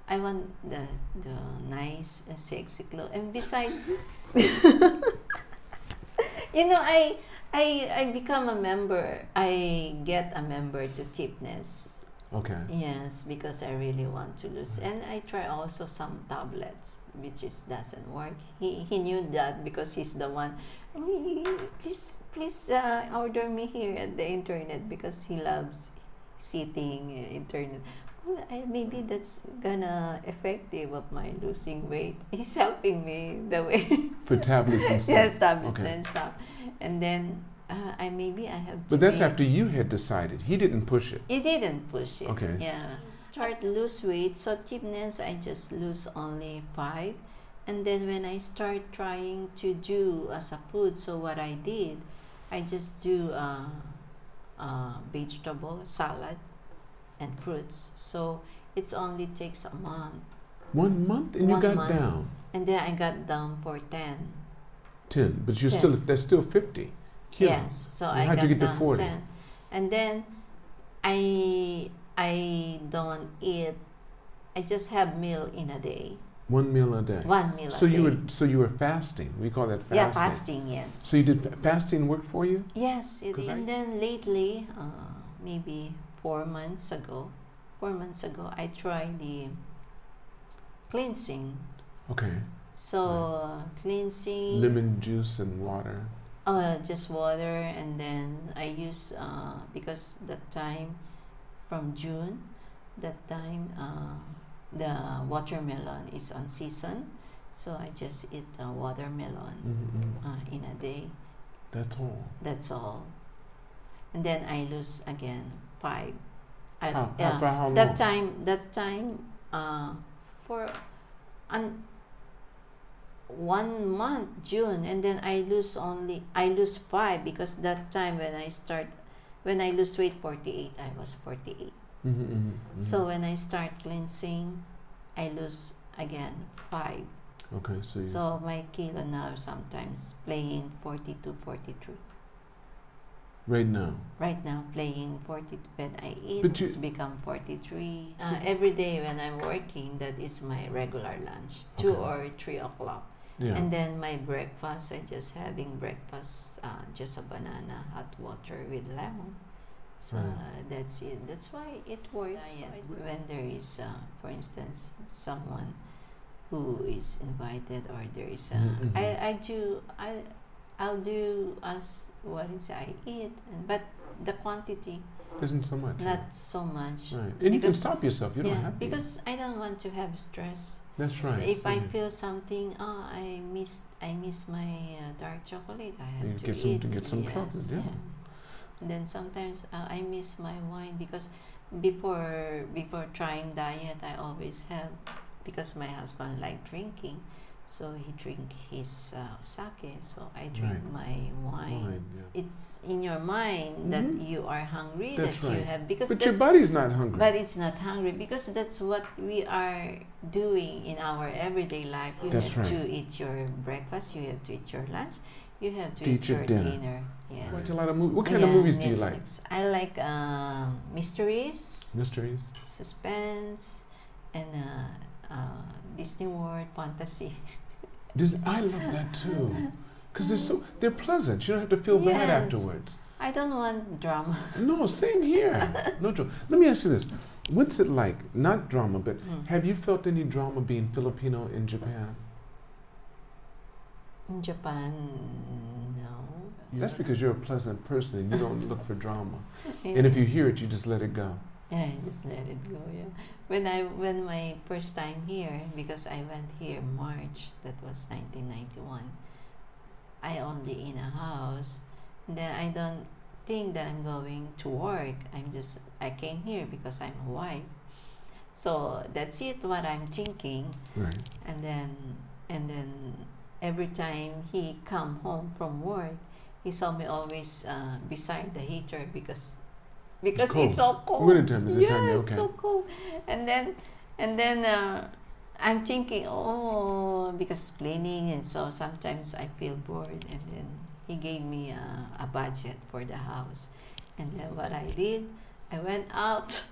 Speaker 2: I want the the nice uh, sexy clothes. And besides, you know, I I I become a member. I get a member to Tipness.
Speaker 1: Okay.
Speaker 2: Yes, because I really want to lose. And I try also some tablets, which is doesn't work. He he knew that because he's the one. "Mm, Please please uh, order me here at the internet because he loves sitting uh, internet. Well, I, maybe that's gonna effective of my losing weight. *laughs* He's helping me the way. *laughs*
Speaker 1: For tablets and stuff.
Speaker 2: yes, tablets
Speaker 1: Okay.
Speaker 2: and stuff. And then uh, I maybe I have. To
Speaker 1: But that's
Speaker 2: make-
Speaker 1: after you had decided. He didn't push it.
Speaker 2: it didn't push it.
Speaker 1: Okay.
Speaker 2: Yeah. Start lose weight. So tipness, I just lose only five, and then when I start trying to do uh, as a food, so what I did, I just do uh, uh, vegetable salad and fruits. So it's only takes a month,
Speaker 1: One month and
Speaker 2: One
Speaker 1: you got
Speaker 2: month.
Speaker 1: down
Speaker 2: and then I got down for ten.
Speaker 1: ten, but you're
Speaker 2: Ten.
Speaker 1: still that's still fifty
Speaker 2: Yes,
Speaker 1: kilos.
Speaker 2: so
Speaker 1: You
Speaker 2: I
Speaker 1: had
Speaker 2: got
Speaker 1: to get to
Speaker 2: down
Speaker 1: 40.
Speaker 2: 10. And then I I don't eat. I just have meal in a day.
Speaker 1: One meal a day.
Speaker 2: One meal
Speaker 1: So
Speaker 2: a
Speaker 1: you
Speaker 2: day.
Speaker 1: were so you were fasting. We call that fasting.
Speaker 2: Yeah, fasting, yes.
Speaker 1: So you did fa- fasting work for you?
Speaker 2: Yes, it,
Speaker 1: 'Cause I-
Speaker 2: and then lately, uh, maybe four months ago, four months ago, I tried the cleansing.
Speaker 1: Okay.
Speaker 2: So uh, cleansing,
Speaker 1: Lemon juice and water.
Speaker 2: uh, just water, and then I use uh, because that time from June, that time uh, the watermelon is on season, so I just eat a watermelon
Speaker 1: Mm-mm.
Speaker 2: uh, in a day.
Speaker 1: That's all.
Speaker 2: That's all. And then I lose again five. I,
Speaker 1: How,
Speaker 2: Uh, yeah.
Speaker 1: how, for how long?
Speaker 2: that time, that time, uh, for an one month June, and then I lose only I lose five because that time when I start, when I lose weight forty eight, I was forty eight.
Speaker 1: Mhm, mhm, mhm.
Speaker 2: So when I start cleansing, I lose again five.
Speaker 1: okay, so you,
Speaker 2: So my kilo now sometimes playing 42, 43.
Speaker 1: right now.
Speaker 2: Right now, playing 40 when I eat,
Speaker 1: But you- ah.
Speaker 2: it's become 43.
Speaker 1: So-
Speaker 2: uh, every day when I'm working, that is my regular lunch, 2
Speaker 1: Okay.
Speaker 2: or 3 o'clock.
Speaker 1: Yeah.
Speaker 2: And then my breakfast, I just having breakfast, uh, just a banana, hot water with lemon. So
Speaker 1: Right.
Speaker 2: uh, that's it. That's why it works.
Speaker 3: Diet.
Speaker 2: Uh, When there is, uh, for instance, someone who is invited, or there is, uh,
Speaker 1: Mm, mhm.
Speaker 2: I, I do, I, I'll do as what is I eat, and, but the quantity
Speaker 1: Isn't so much. yeah.
Speaker 2: not so much.
Speaker 1: Right. And you can
Speaker 2: because-
Speaker 1: stop yourself. You
Speaker 2: yeah,
Speaker 1: don't have to.
Speaker 2: because I don't want to have stress.
Speaker 1: That's right.
Speaker 2: if
Speaker 1: so
Speaker 2: I
Speaker 1: you-
Speaker 2: feel something, oh, I miss, I miss my uh, dark chocolate. I have
Speaker 1: You
Speaker 2: to
Speaker 1: get some-
Speaker 2: eat.
Speaker 1: to get some
Speaker 2: yes,
Speaker 1: chocolate, yeah.
Speaker 2: And then sometimes uh, I miss my wine because before before trying diet, I always have because my husband liked drinking, so he drink his uh, sake, so I drink
Speaker 1: Right.
Speaker 2: my wine.
Speaker 1: Fine, yeah.
Speaker 2: It's in your mind that
Speaker 1: Mhm.
Speaker 2: you are hungry
Speaker 1: That's
Speaker 2: that you
Speaker 1: right.
Speaker 2: have because
Speaker 1: But your
Speaker 2: that's
Speaker 1: body's not hungry.
Speaker 2: but it's not hungry because that's what we are doing in our everyday life. You
Speaker 1: That's
Speaker 2: have
Speaker 1: right.
Speaker 2: to eat your breakfast, you have to eat your lunch, you have to,
Speaker 1: To
Speaker 2: eat, your dinner.
Speaker 1: You
Speaker 2: Yes.
Speaker 1: watch a lot of movies. What kind of
Speaker 2: Yeah,
Speaker 1: movies do you like?
Speaker 2: Netflix. I like um, mysteries,
Speaker 1: Mysteries.
Speaker 2: suspense, and uh, uh, Disney World fantasy.
Speaker 1: Dis- I love that
Speaker 2: *laughs*
Speaker 1: too. Because they're so they're pleasant. You don't have to feel bad
Speaker 2: Yes.
Speaker 1: afterwards.
Speaker 2: I don't want drama.
Speaker 1: No, same here. No drama. Let me ask you this: What's it like? Not drama, but
Speaker 2: Mm.
Speaker 1: have you felt any drama being Filipino in Japan?
Speaker 2: In Japan, no.
Speaker 1: That's because you're a pleasant person and you don't look for drama.
Speaker 2: Yeah.
Speaker 1: And if you hear it, you just let it go.
Speaker 2: Yeah, I just let it go. Yeah, when I when my first time here because I went here March that was 1991. I only in a house. Then I don't think that I'm going to work. I'm just I came here because I'm a wife. So that's it. What I'm thinking,
Speaker 1: Right.
Speaker 2: and then and then every time he come home from work, he saw me always uh, beside the heater because because
Speaker 1: cold.
Speaker 2: it's, so cold.
Speaker 1: Winter time, the
Speaker 2: yeah,
Speaker 1: time,
Speaker 2: it's
Speaker 1: okay.
Speaker 2: so cold. And then and then uh, I'm thinking, oh, because cleaning and so sometimes I feel bored. And then he gave me uh, a budget for the house, and then what I did, I went out.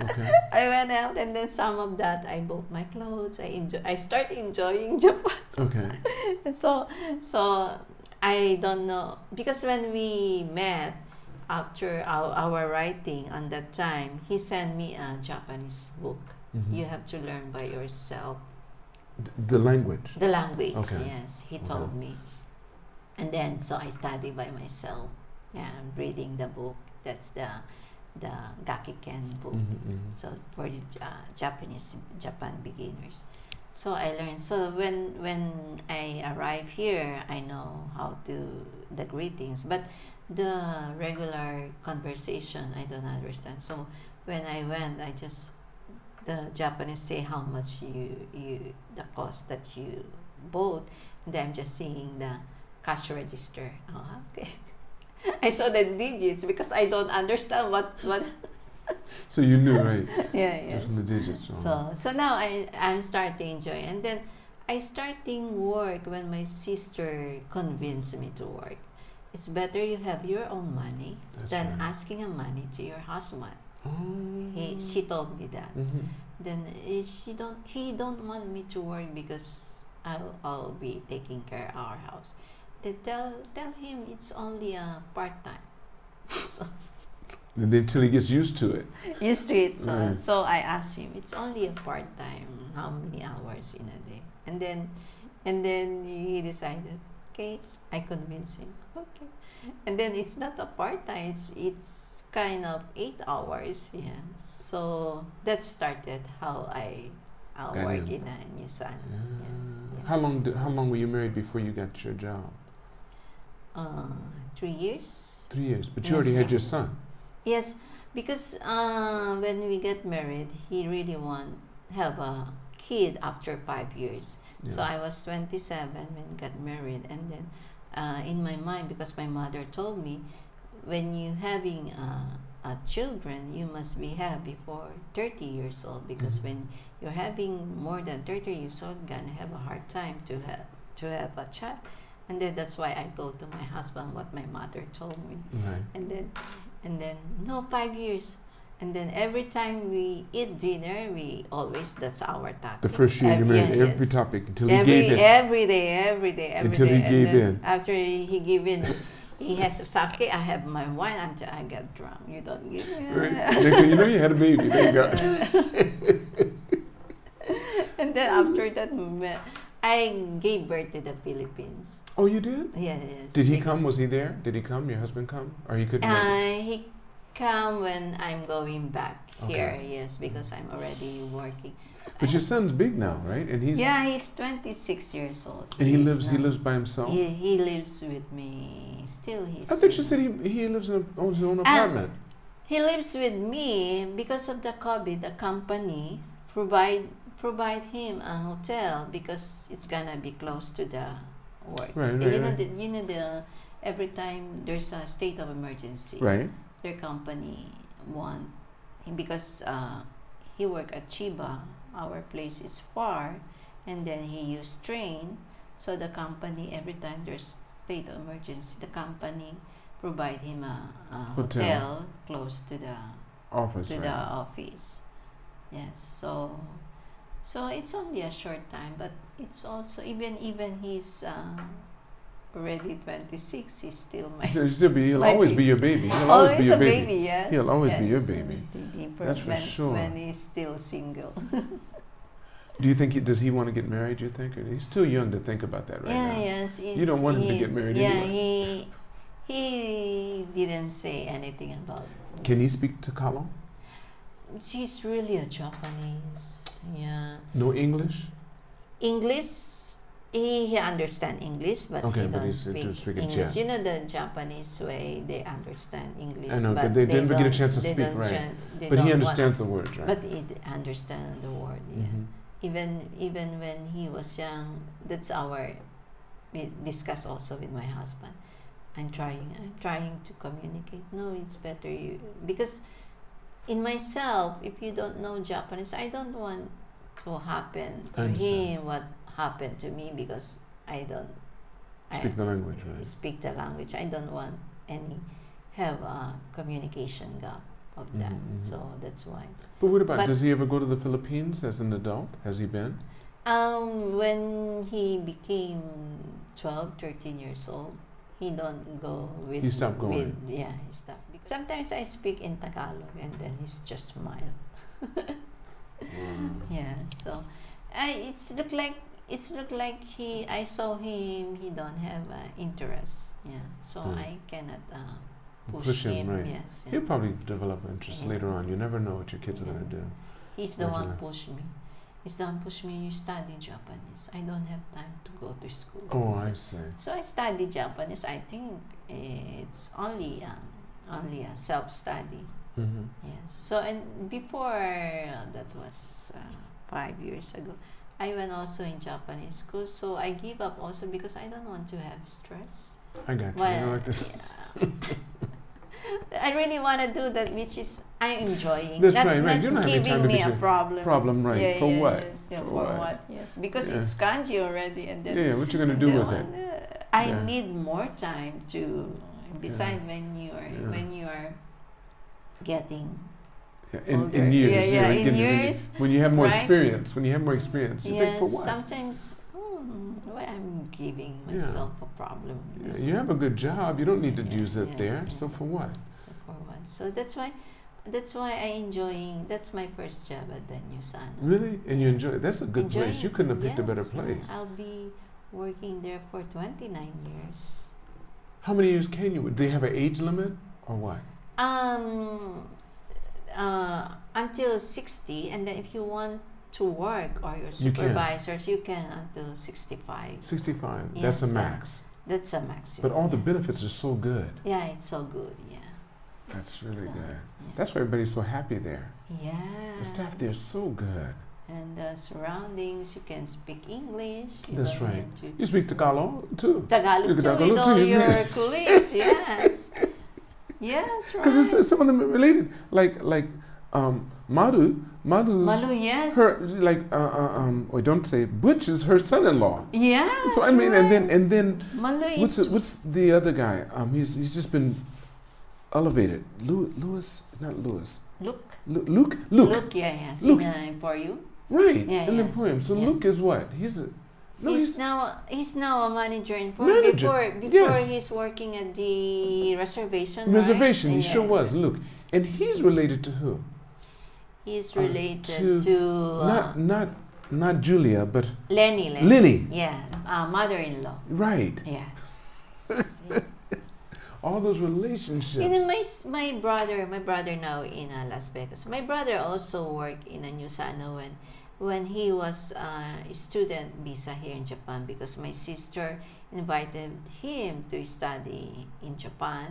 Speaker 1: Okay.
Speaker 2: I went out and then some of that I bought my clothes. I enjoy. I start enjoying *laughs* Japan.
Speaker 1: Okay.
Speaker 2: so so I don't know because when we met, after our, our writing on that time, he sent me a Japanese book.
Speaker 1: Mhm.
Speaker 2: You have to learn by yourself
Speaker 1: D- the language.
Speaker 2: the language.
Speaker 1: Okay.
Speaker 2: Yes, he
Speaker 1: Okay.
Speaker 2: told me. And then so I study by myself and reading the book. That's the the Gakiken book.
Speaker 1: Mhm, mhm.
Speaker 2: So for the uh, Japanese Japan beginners. So I learned. So when when I arrive here, I know how to the greetings, but the regular conversation I don't understand. So when I went, I just the Japanese say how much you you the cost that you bought. And then I'm just seeing the cash register. *laughs* Oh, okay. I saw the digits because I don't understand what what.
Speaker 1: So you knew, right?
Speaker 2: *laughs* Yeah, yes.
Speaker 1: Just from the digits. uh-huh.
Speaker 2: So so now I I'm starting enjoy and then I starting work when my sister convinced me to work. It's better you have your own money
Speaker 1: That's
Speaker 2: than
Speaker 1: right.
Speaker 2: asking a money to your husband.
Speaker 1: Oh.
Speaker 2: He, she told me that.
Speaker 1: Mhm.
Speaker 2: Then eh, she don't he don't want me to work because I'll I'll be taking care of our house. They tell tell him it's only a part time. So
Speaker 1: And then till he gets used to it.
Speaker 2: used to it. So,
Speaker 1: Mm.
Speaker 2: so I asked him, it's only a part time, how many hours in a day? And then, and then he decided, okay, I convinced him, okay. And then it's not a part time, it's, it's kind of eight hours, yeah. So that started how I uh,
Speaker 1: Got
Speaker 2: work
Speaker 1: it. Mm.
Speaker 2: in a New Sun. yeah.
Speaker 1: How long? Did, how long were you married before you got your job?
Speaker 2: Uh, three years.
Speaker 1: Three years. But you
Speaker 2: Yes,
Speaker 1: already had
Speaker 2: yeah.
Speaker 1: your son.
Speaker 2: Yes, because uh, when we get married, he really want have a kid after five years. So
Speaker 1: Yeah.
Speaker 2: I was 27 when we got married, and then uh, in my mind, because my mother told me, when you having uh, a children, you must be have before 30 years old, because
Speaker 1: Mhm.
Speaker 2: when you're having more than 30 years old, gonna have a hard time to have to have a child, and then that's why I told to my husband what my mother told me
Speaker 1: Right.
Speaker 2: and then and then no five years and then every time we eat dinner we always that's our topic
Speaker 1: The first year you
Speaker 2: Ev-
Speaker 1: married
Speaker 2: yeah,
Speaker 1: every
Speaker 2: yes.
Speaker 1: topic until he
Speaker 2: every,
Speaker 1: gave in.
Speaker 2: every day every day every
Speaker 1: Until he
Speaker 2: day. And
Speaker 1: gave
Speaker 2: then
Speaker 1: in.
Speaker 2: after he gave in he has sake i have my wine i'm t- i got drunk you don't give in. *laughs*
Speaker 1: Right. Next thing you know, you had a baby. There you go.
Speaker 2: and then after that me- i gave birth to the philippines
Speaker 1: Oh, you did?
Speaker 2: yeah yes
Speaker 1: Did he
Speaker 2: because-
Speaker 1: come? Was he there? Did he come? Your husband come? Or he couldn't? make it?
Speaker 2: Uh, he come when I'm going back
Speaker 1: Okay.
Speaker 2: here, yes, because I'm already working.
Speaker 1: But your son's big now, right? And he's
Speaker 2: yeah, he's 26 years old.
Speaker 1: and he
Speaker 2: is
Speaker 1: lives. He
Speaker 2: now-
Speaker 1: lives by himself.
Speaker 2: He, he lives with me. Still, he's.
Speaker 1: I
Speaker 2: with
Speaker 1: thought you
Speaker 2: me.
Speaker 1: said he, he lives in a, on his
Speaker 2: Uh,
Speaker 1: own apartment.
Speaker 2: He lives with me because of the COVID. The company provide provide him a hotel because it's gonna be close to the work.
Speaker 1: Right,
Speaker 2: you
Speaker 1: right,
Speaker 2: know
Speaker 1: right.
Speaker 2: the you know the every time there's a state of emergency.
Speaker 1: right.
Speaker 2: their company want because uh, he work at Chiba. Our place is far, and then he used train. So the company every time there's state of emergency, the company provide him a, a
Speaker 1: Hotel.
Speaker 2: hotel. close to the
Speaker 1: Office.
Speaker 2: to
Speaker 1: right.
Speaker 2: the office. Yes, so so it's only a short time, but it's also even even he's uh, already twenty six. He's still my
Speaker 1: So he'll still be. He'll
Speaker 2: My
Speaker 1: always
Speaker 2: baby.
Speaker 1: be your baby. He'll always,
Speaker 2: always,
Speaker 1: be your
Speaker 2: Oh, a
Speaker 1: baby.
Speaker 2: baby. yes.
Speaker 1: He'll always be
Speaker 2: yes.
Speaker 1: your baby.
Speaker 2: He- he
Speaker 1: That's for
Speaker 2: when,
Speaker 1: sure.
Speaker 2: When he's still single.
Speaker 1: Do you think he, does he want to get married? Do you think Or he's too young to think about that right
Speaker 2: yeah,
Speaker 1: now?
Speaker 2: yes.
Speaker 1: You don't
Speaker 2: it's-
Speaker 1: want him to
Speaker 2: he-
Speaker 1: get married
Speaker 2: Yeah,
Speaker 1: anyway.
Speaker 2: he he didn't say anything about.
Speaker 1: Can he speak Tagalog?
Speaker 2: She's really a Japanese. Yeah,
Speaker 1: No English.
Speaker 2: English. He, he understand English, but
Speaker 1: Okay,
Speaker 2: he
Speaker 1: but
Speaker 2: don't
Speaker 1: he's- he
Speaker 2: speak,
Speaker 1: don't speak it,
Speaker 2: English.
Speaker 1: yeah.
Speaker 2: You know the Japanese way; they understand English.
Speaker 1: I know, but
Speaker 2: but
Speaker 1: they never get a
Speaker 2: don't-
Speaker 1: chance to
Speaker 2: they
Speaker 1: speak,
Speaker 2: don't
Speaker 1: right.
Speaker 2: chan- they
Speaker 1: But
Speaker 2: don't
Speaker 1: he
Speaker 2: want-
Speaker 1: understands the words, right?
Speaker 2: But he understand the word. Yeah.
Speaker 1: Mhm.
Speaker 2: even even when he was young that's our we discussed also with my husband i'm trying i'm trying to communicate no it's better you because in myself if you don't know japanese i don't want to happen
Speaker 1: I
Speaker 2: to
Speaker 1: understand.
Speaker 2: him what happened to me because i don't
Speaker 1: Speak
Speaker 2: I,
Speaker 1: the language, right?
Speaker 2: speak the language i don't want any have a communication gap of that
Speaker 1: Mhm, mhm.
Speaker 2: so that's why
Speaker 1: But what about?
Speaker 2: But-
Speaker 1: does he ever go to the Philippines as an adult? Has he been?
Speaker 2: Um, when he became 12, 13 years old, he he don't go with.
Speaker 1: He stopped going.
Speaker 2: with- yeah, he stopped. Because sometimes I speak in Tagalog and then he's just smile. Yeah, so I it's look like it's look like he I saw him he don't have uh, interest. Yeah, so
Speaker 1: Hmm.
Speaker 2: I cannot uh, push,
Speaker 1: Push
Speaker 2: him.
Speaker 1: him, right.
Speaker 2: Yes, yeah.
Speaker 1: He'll probably develop interest
Speaker 2: Yeah.
Speaker 1: later on. You never know what your kids are going to do.
Speaker 2: he's the one
Speaker 1: Originally.
Speaker 2: push me. He's the one push me. You study Japanese. I don't have time to go to school.
Speaker 1: Oh,
Speaker 2: He
Speaker 1: I
Speaker 2: said.
Speaker 1: see.
Speaker 2: So I study Japanese. I think it's only um, only a self study.
Speaker 1: Mm-hmm.
Speaker 2: Yes. So and before uh, that was uh, five years ago, I went also in Japanese school. So I give up also because I don't want to have stress.
Speaker 1: I got you. I
Speaker 2: Well,
Speaker 1: like
Speaker 2: *laughs*
Speaker 1: this.
Speaker 2: I really want to do that, which is I'm enjoying.
Speaker 1: That's
Speaker 2: not,
Speaker 1: right, right.
Speaker 2: not
Speaker 1: You're not having
Speaker 2: giving
Speaker 1: time to
Speaker 2: me
Speaker 1: be
Speaker 2: a
Speaker 1: so-
Speaker 2: problem.
Speaker 1: Problem, right.
Speaker 2: Yeah,
Speaker 1: For
Speaker 2: yeah,
Speaker 1: what?
Speaker 2: Yes, yeah,
Speaker 1: For
Speaker 2: for,
Speaker 1: what?
Speaker 2: what? Yes, because
Speaker 1: Yeah.
Speaker 2: it's kanji already, and then
Speaker 1: Yeah, yeah, what you going to do
Speaker 2: the
Speaker 1: with it?
Speaker 2: one, uh, I
Speaker 1: Yeah.
Speaker 2: need more time to decide when you are
Speaker 1: Yeah.
Speaker 2: when you are getting
Speaker 1: Yeah, in,
Speaker 2: Older.
Speaker 1: in years.
Speaker 2: Yeah, yeah,
Speaker 1: you can-
Speaker 2: in
Speaker 1: when you-
Speaker 2: years,
Speaker 1: When you have more
Speaker 2: right?
Speaker 1: experience, when you have more experience, you think,
Speaker 2: yes
Speaker 1: for what?
Speaker 2: sometimes hmm, why I'm giving
Speaker 1: Yeah.
Speaker 2: myself a problem
Speaker 1: Yeah,
Speaker 2: This-
Speaker 1: you have a good job. You don't need to
Speaker 2: Yeah,
Speaker 1: use it
Speaker 2: yeah,
Speaker 1: there.
Speaker 2: yeah.
Speaker 1: So for what?
Speaker 2: so for once so that's why that's why I enjoying that's my first job at the new Sana
Speaker 1: Really? And you enjoy it. That's a good place.
Speaker 2: Enjoying-
Speaker 1: You couldn't have picked a
Speaker 2: yes,
Speaker 1: better
Speaker 2: well,
Speaker 1: place.
Speaker 2: I'll be working there for 29 years
Speaker 1: How many years can you? Do they have an age limit or what?
Speaker 2: Um, uh, until 60, and then if you want to work or your
Speaker 1: You can.
Speaker 2: supervisors, you can, until 65.
Speaker 1: 65. That's a
Speaker 2: Yes, uh,
Speaker 1: max.
Speaker 2: That's a
Speaker 1: But
Speaker 2: maximum.
Speaker 1: all the benefits are so good.
Speaker 2: yeah, it's so good. Yeah.
Speaker 1: That's really
Speaker 2: So,
Speaker 1: good.
Speaker 2: yeah.
Speaker 1: That's why everybody's so happy there.
Speaker 2: yeah.
Speaker 1: The staff there is so good.
Speaker 2: And the surroundings, you can speak English. You
Speaker 1: That's
Speaker 2: don't
Speaker 1: right.
Speaker 2: need to-
Speaker 1: You speak Tagalog too. You
Speaker 2: Tagalog
Speaker 1: can
Speaker 2: too,
Speaker 1: Tagalog
Speaker 2: with all
Speaker 1: too,
Speaker 2: your
Speaker 1: isn't
Speaker 2: colleagues.
Speaker 1: *laughs*
Speaker 2: Yes. Yes, right.
Speaker 1: Because some of them are related. Like, like, um, Madu, Madu's,
Speaker 2: Malu, yes.
Speaker 1: her, like, uh, uh, um, or don't say, Butch is her son-in-law.
Speaker 2: yes.
Speaker 1: so I mean, and then, and then,
Speaker 2: Malu is
Speaker 1: What's the, what's the other guy? Um, he's he's just been elevated. Lew- Lewis, not Lewis.
Speaker 2: Luke.
Speaker 1: Lu- Luke, Luke,
Speaker 2: Luke, yeah, yes.
Speaker 1: Luke.
Speaker 2: In, uh, for you.
Speaker 1: right?
Speaker 2: Yeah,
Speaker 1: in the
Speaker 2: yes,
Speaker 1: poem. So
Speaker 2: yeah.
Speaker 1: Luke is what? He's a, no,
Speaker 2: he's,
Speaker 1: he's,
Speaker 2: now he's now a manager in Port
Speaker 1: Manager,
Speaker 2: before before
Speaker 1: yes.
Speaker 2: he's working at the reservation. right?
Speaker 1: reservation. He sure
Speaker 2: Yes.
Speaker 1: was Luke, and he's related to who?
Speaker 2: He's
Speaker 1: Uh,
Speaker 2: related
Speaker 1: to-
Speaker 2: to, uh,
Speaker 1: not not not Julia, but
Speaker 2: Lenny, Lenny.
Speaker 1: Lenny.
Speaker 2: Yeah, uh, mother-in-law.
Speaker 1: Right.
Speaker 2: Yes.
Speaker 1: All those
Speaker 2: You know,
Speaker 1: relationships.
Speaker 2: my s- my brother, my brother now in uh, Las Vegas. My brother also worked in a New Sano when when he was uh, a student visa here in Japan because my sister invited him to study in Japan.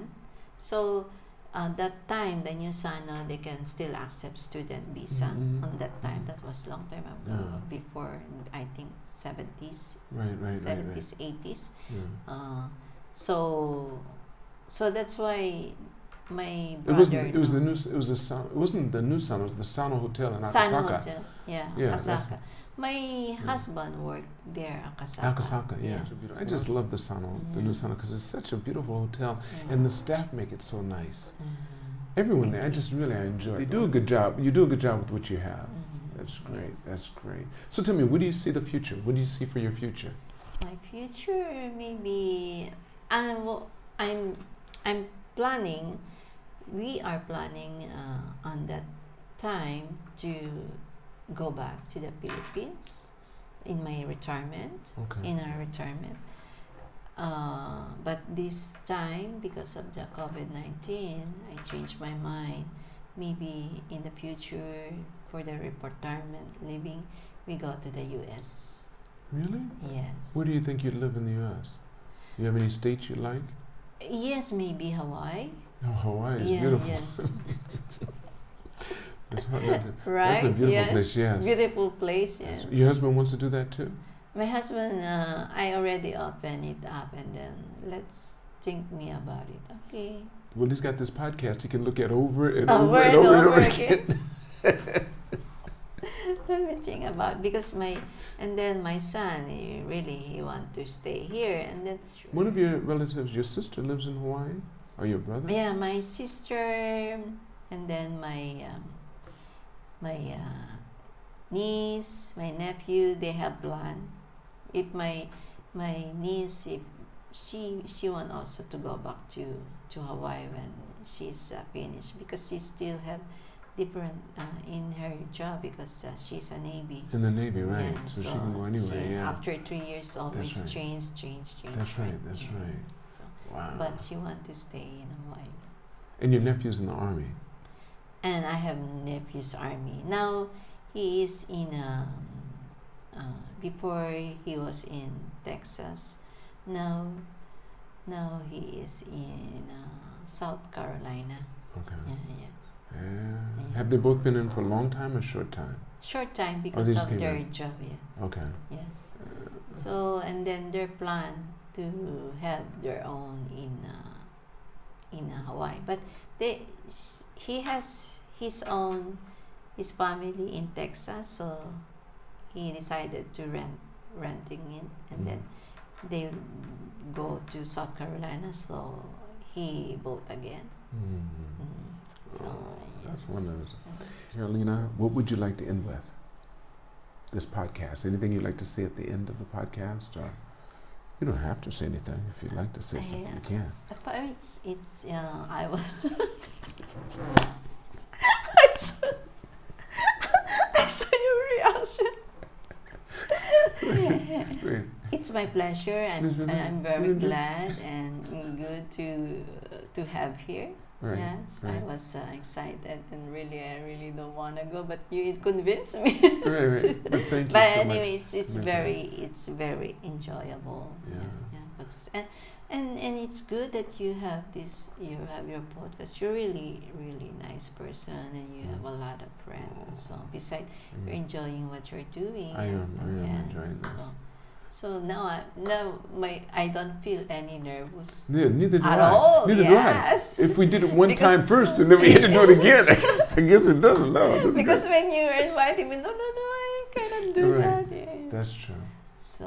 Speaker 2: So at that time, the New Sano they can still accept student visa.
Speaker 1: Mhm.
Speaker 2: On that time, that was long time ago,
Speaker 1: Yeah.
Speaker 2: before I think seventies,
Speaker 1: Right, right, right, right.
Speaker 2: seventies, eighties.
Speaker 1: Yeah.
Speaker 2: Uh, so so that's why my
Speaker 1: It
Speaker 2: brother
Speaker 1: wasn't. It was the new. It was the. San- It wasn't the new Sano. It was the Sano Hotel in
Speaker 2: San
Speaker 1: Akasaka.
Speaker 2: Hotel. Yeah,
Speaker 1: Yeah, that's-
Speaker 2: Akasaka. My husband worked there, Akasaka.
Speaker 1: Akasaka, yeah.
Speaker 2: Yeah.
Speaker 1: It's a beautiful- I just love the Sano, the new
Speaker 2: Mhm.
Speaker 1: Sano, because it's such a beautiful hotel,
Speaker 2: Yeah.
Speaker 1: and the staff make it so nice.
Speaker 2: Mhm.
Speaker 1: Everyone there, I just really I enjoy. it. They do a good job. You do a good job with what you have.
Speaker 2: Mhm.
Speaker 1: That's great. That's great. So tell me, what do you see the future? What do you see for your future?
Speaker 2: My future maybe I'm I'm I'm planning we are planning uh, on that time to go back to the Philippines in my retirement.
Speaker 1: Okay.
Speaker 2: in our retirement. Uh, but this time, because of the COVID 19, I changed my mind. Maybe in the future, for the retirement living, we go to the US.
Speaker 1: Really?
Speaker 2: Yes.
Speaker 1: Where do you think you'd live in the U.S.? You have any states you like?
Speaker 2: yes, maybe Hawaii.
Speaker 1: Oh, Hawaii is
Speaker 2: yeah,
Speaker 1: beautiful. *laughs*
Speaker 2: yes.
Speaker 1: That's, hard not to-
Speaker 2: *laughs* right?
Speaker 1: that's a beautiful
Speaker 2: yes.
Speaker 1: place. Yes.
Speaker 2: Beautiful place,
Speaker 1: Yes.
Speaker 2: yes.
Speaker 1: Your husband wants to do that too.
Speaker 2: My husband, uh, I already opened it up and then let's think me about it. Okay.
Speaker 1: Well, he's got this podcast. He can look at over and
Speaker 2: over and
Speaker 1: over,
Speaker 2: over
Speaker 1: again.
Speaker 2: again. *laughs* Let me think about because my and then my son he really he want to stay here and then
Speaker 1: One of your relatives, your sister lives in Hawaii, or your brother?
Speaker 2: yeah my sister and then my um, my uh, niece my nephew they have plan if my my niece if she she want also to go back to to Hawaii when she's uh, finished because she still have different uh, in her job because uh, she's a navy.
Speaker 1: In the Navy, right?
Speaker 2: Yeah,
Speaker 1: so, she can go anywhere.
Speaker 2: she-
Speaker 1: yeah.
Speaker 2: After three years, always
Speaker 1: right.
Speaker 2: change, change, change.
Speaker 1: That's right, that's
Speaker 2: Yeah,
Speaker 1: right.
Speaker 2: So,
Speaker 1: wow.
Speaker 2: but she want to stay in Hawaii.
Speaker 1: and your nephew's in the army.
Speaker 2: and I have nephew's army. Now he is in um, uh, before he was in Texas. Now, now he is in uh, South Carolina.
Speaker 1: Okay.
Speaker 2: Yeah, yes.
Speaker 1: Yeah. Have they both been in for a long time or short time?
Speaker 2: Short time because
Speaker 1: just
Speaker 2: of
Speaker 1: came
Speaker 2: their
Speaker 1: in.
Speaker 2: job. Yeah.
Speaker 1: Okay.
Speaker 2: Yes. So and then their plan to have their own in uh, in uh, Hawaii, but they s- he has his own his family in Texas, so he decided to rent renting it, and then
Speaker 1: Mm.
Speaker 2: they go to South Carolina, so he bought again.
Speaker 1: Mm.
Speaker 2: Mm. So
Speaker 1: Oh, That's
Speaker 2: yes.
Speaker 1: wonderful.
Speaker 2: So-
Speaker 1: Carolina, what would you like to end with? This podcast. Anything you'd like to say at the end of the podcast? Or you don't have to say anything. If you'd like to say something, you can.
Speaker 2: Uh, but it's it's uh, I was *laughs* *laughs* I saw your reaction. *laughs*
Speaker 1: Great.
Speaker 2: it's my pleasure. I'm
Speaker 1: Yes, we will.
Speaker 2: I'm
Speaker 1: We
Speaker 2: very
Speaker 1: will do.
Speaker 2: glad and good to to have here.
Speaker 1: Right.
Speaker 2: yes, I
Speaker 1: right.
Speaker 2: was uh, excited and really I really don't want to go, but you convinced me.
Speaker 1: Right, right. But
Speaker 2: *laughs*
Speaker 1: thank you
Speaker 2: but
Speaker 1: so much.
Speaker 2: anyway, it's it's
Speaker 1: Thank you.
Speaker 2: very it's very enjoyable.
Speaker 1: Yeah.
Speaker 2: yeah podcast. And, and and it's good that you have this. You have your podcast. You're really really nice person, and you have a lot of friends. So besides, you're
Speaker 1: Mm.
Speaker 2: enjoying what you're doing.
Speaker 1: I am.
Speaker 2: and-
Speaker 1: I am
Speaker 2: yes,
Speaker 1: enjoying
Speaker 2: So,
Speaker 1: this.
Speaker 2: so now I now my I don't feel any nervous.
Speaker 1: Yeah, neither do
Speaker 2: At
Speaker 1: I.
Speaker 2: all,
Speaker 1: neither
Speaker 2: yes.
Speaker 1: do I. If we did it one
Speaker 2: Because-
Speaker 1: time first and then we had to do it again, I guess, I guess it doesn't. No, it doesn't
Speaker 2: *laughs* Because when you were inviting me, no, no, no, I cannot do
Speaker 1: Right.
Speaker 2: that. yeah.
Speaker 1: That's true.
Speaker 2: So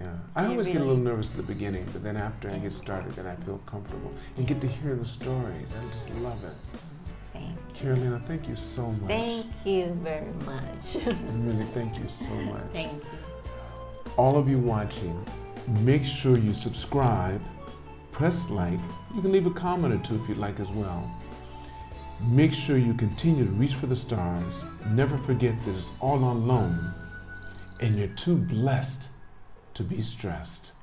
Speaker 1: Yeah. I
Speaker 2: You
Speaker 1: always get a
Speaker 2: really-
Speaker 1: little nervous at the beginning, but then after I get started, then I feel comfortable and get to hear the stories. I just love it.
Speaker 2: thank
Speaker 1: Carolina, thank you so much.
Speaker 2: thank you very much.
Speaker 1: Really, thank you so much.
Speaker 2: *laughs* thank you.
Speaker 1: All of you watching, make sure you subscribe, press like. You can leave a comment or two if you'd like as well. Make sure you continue to reach for the stars. Never forget that it's all on loan, and you're too blessed to be stressed.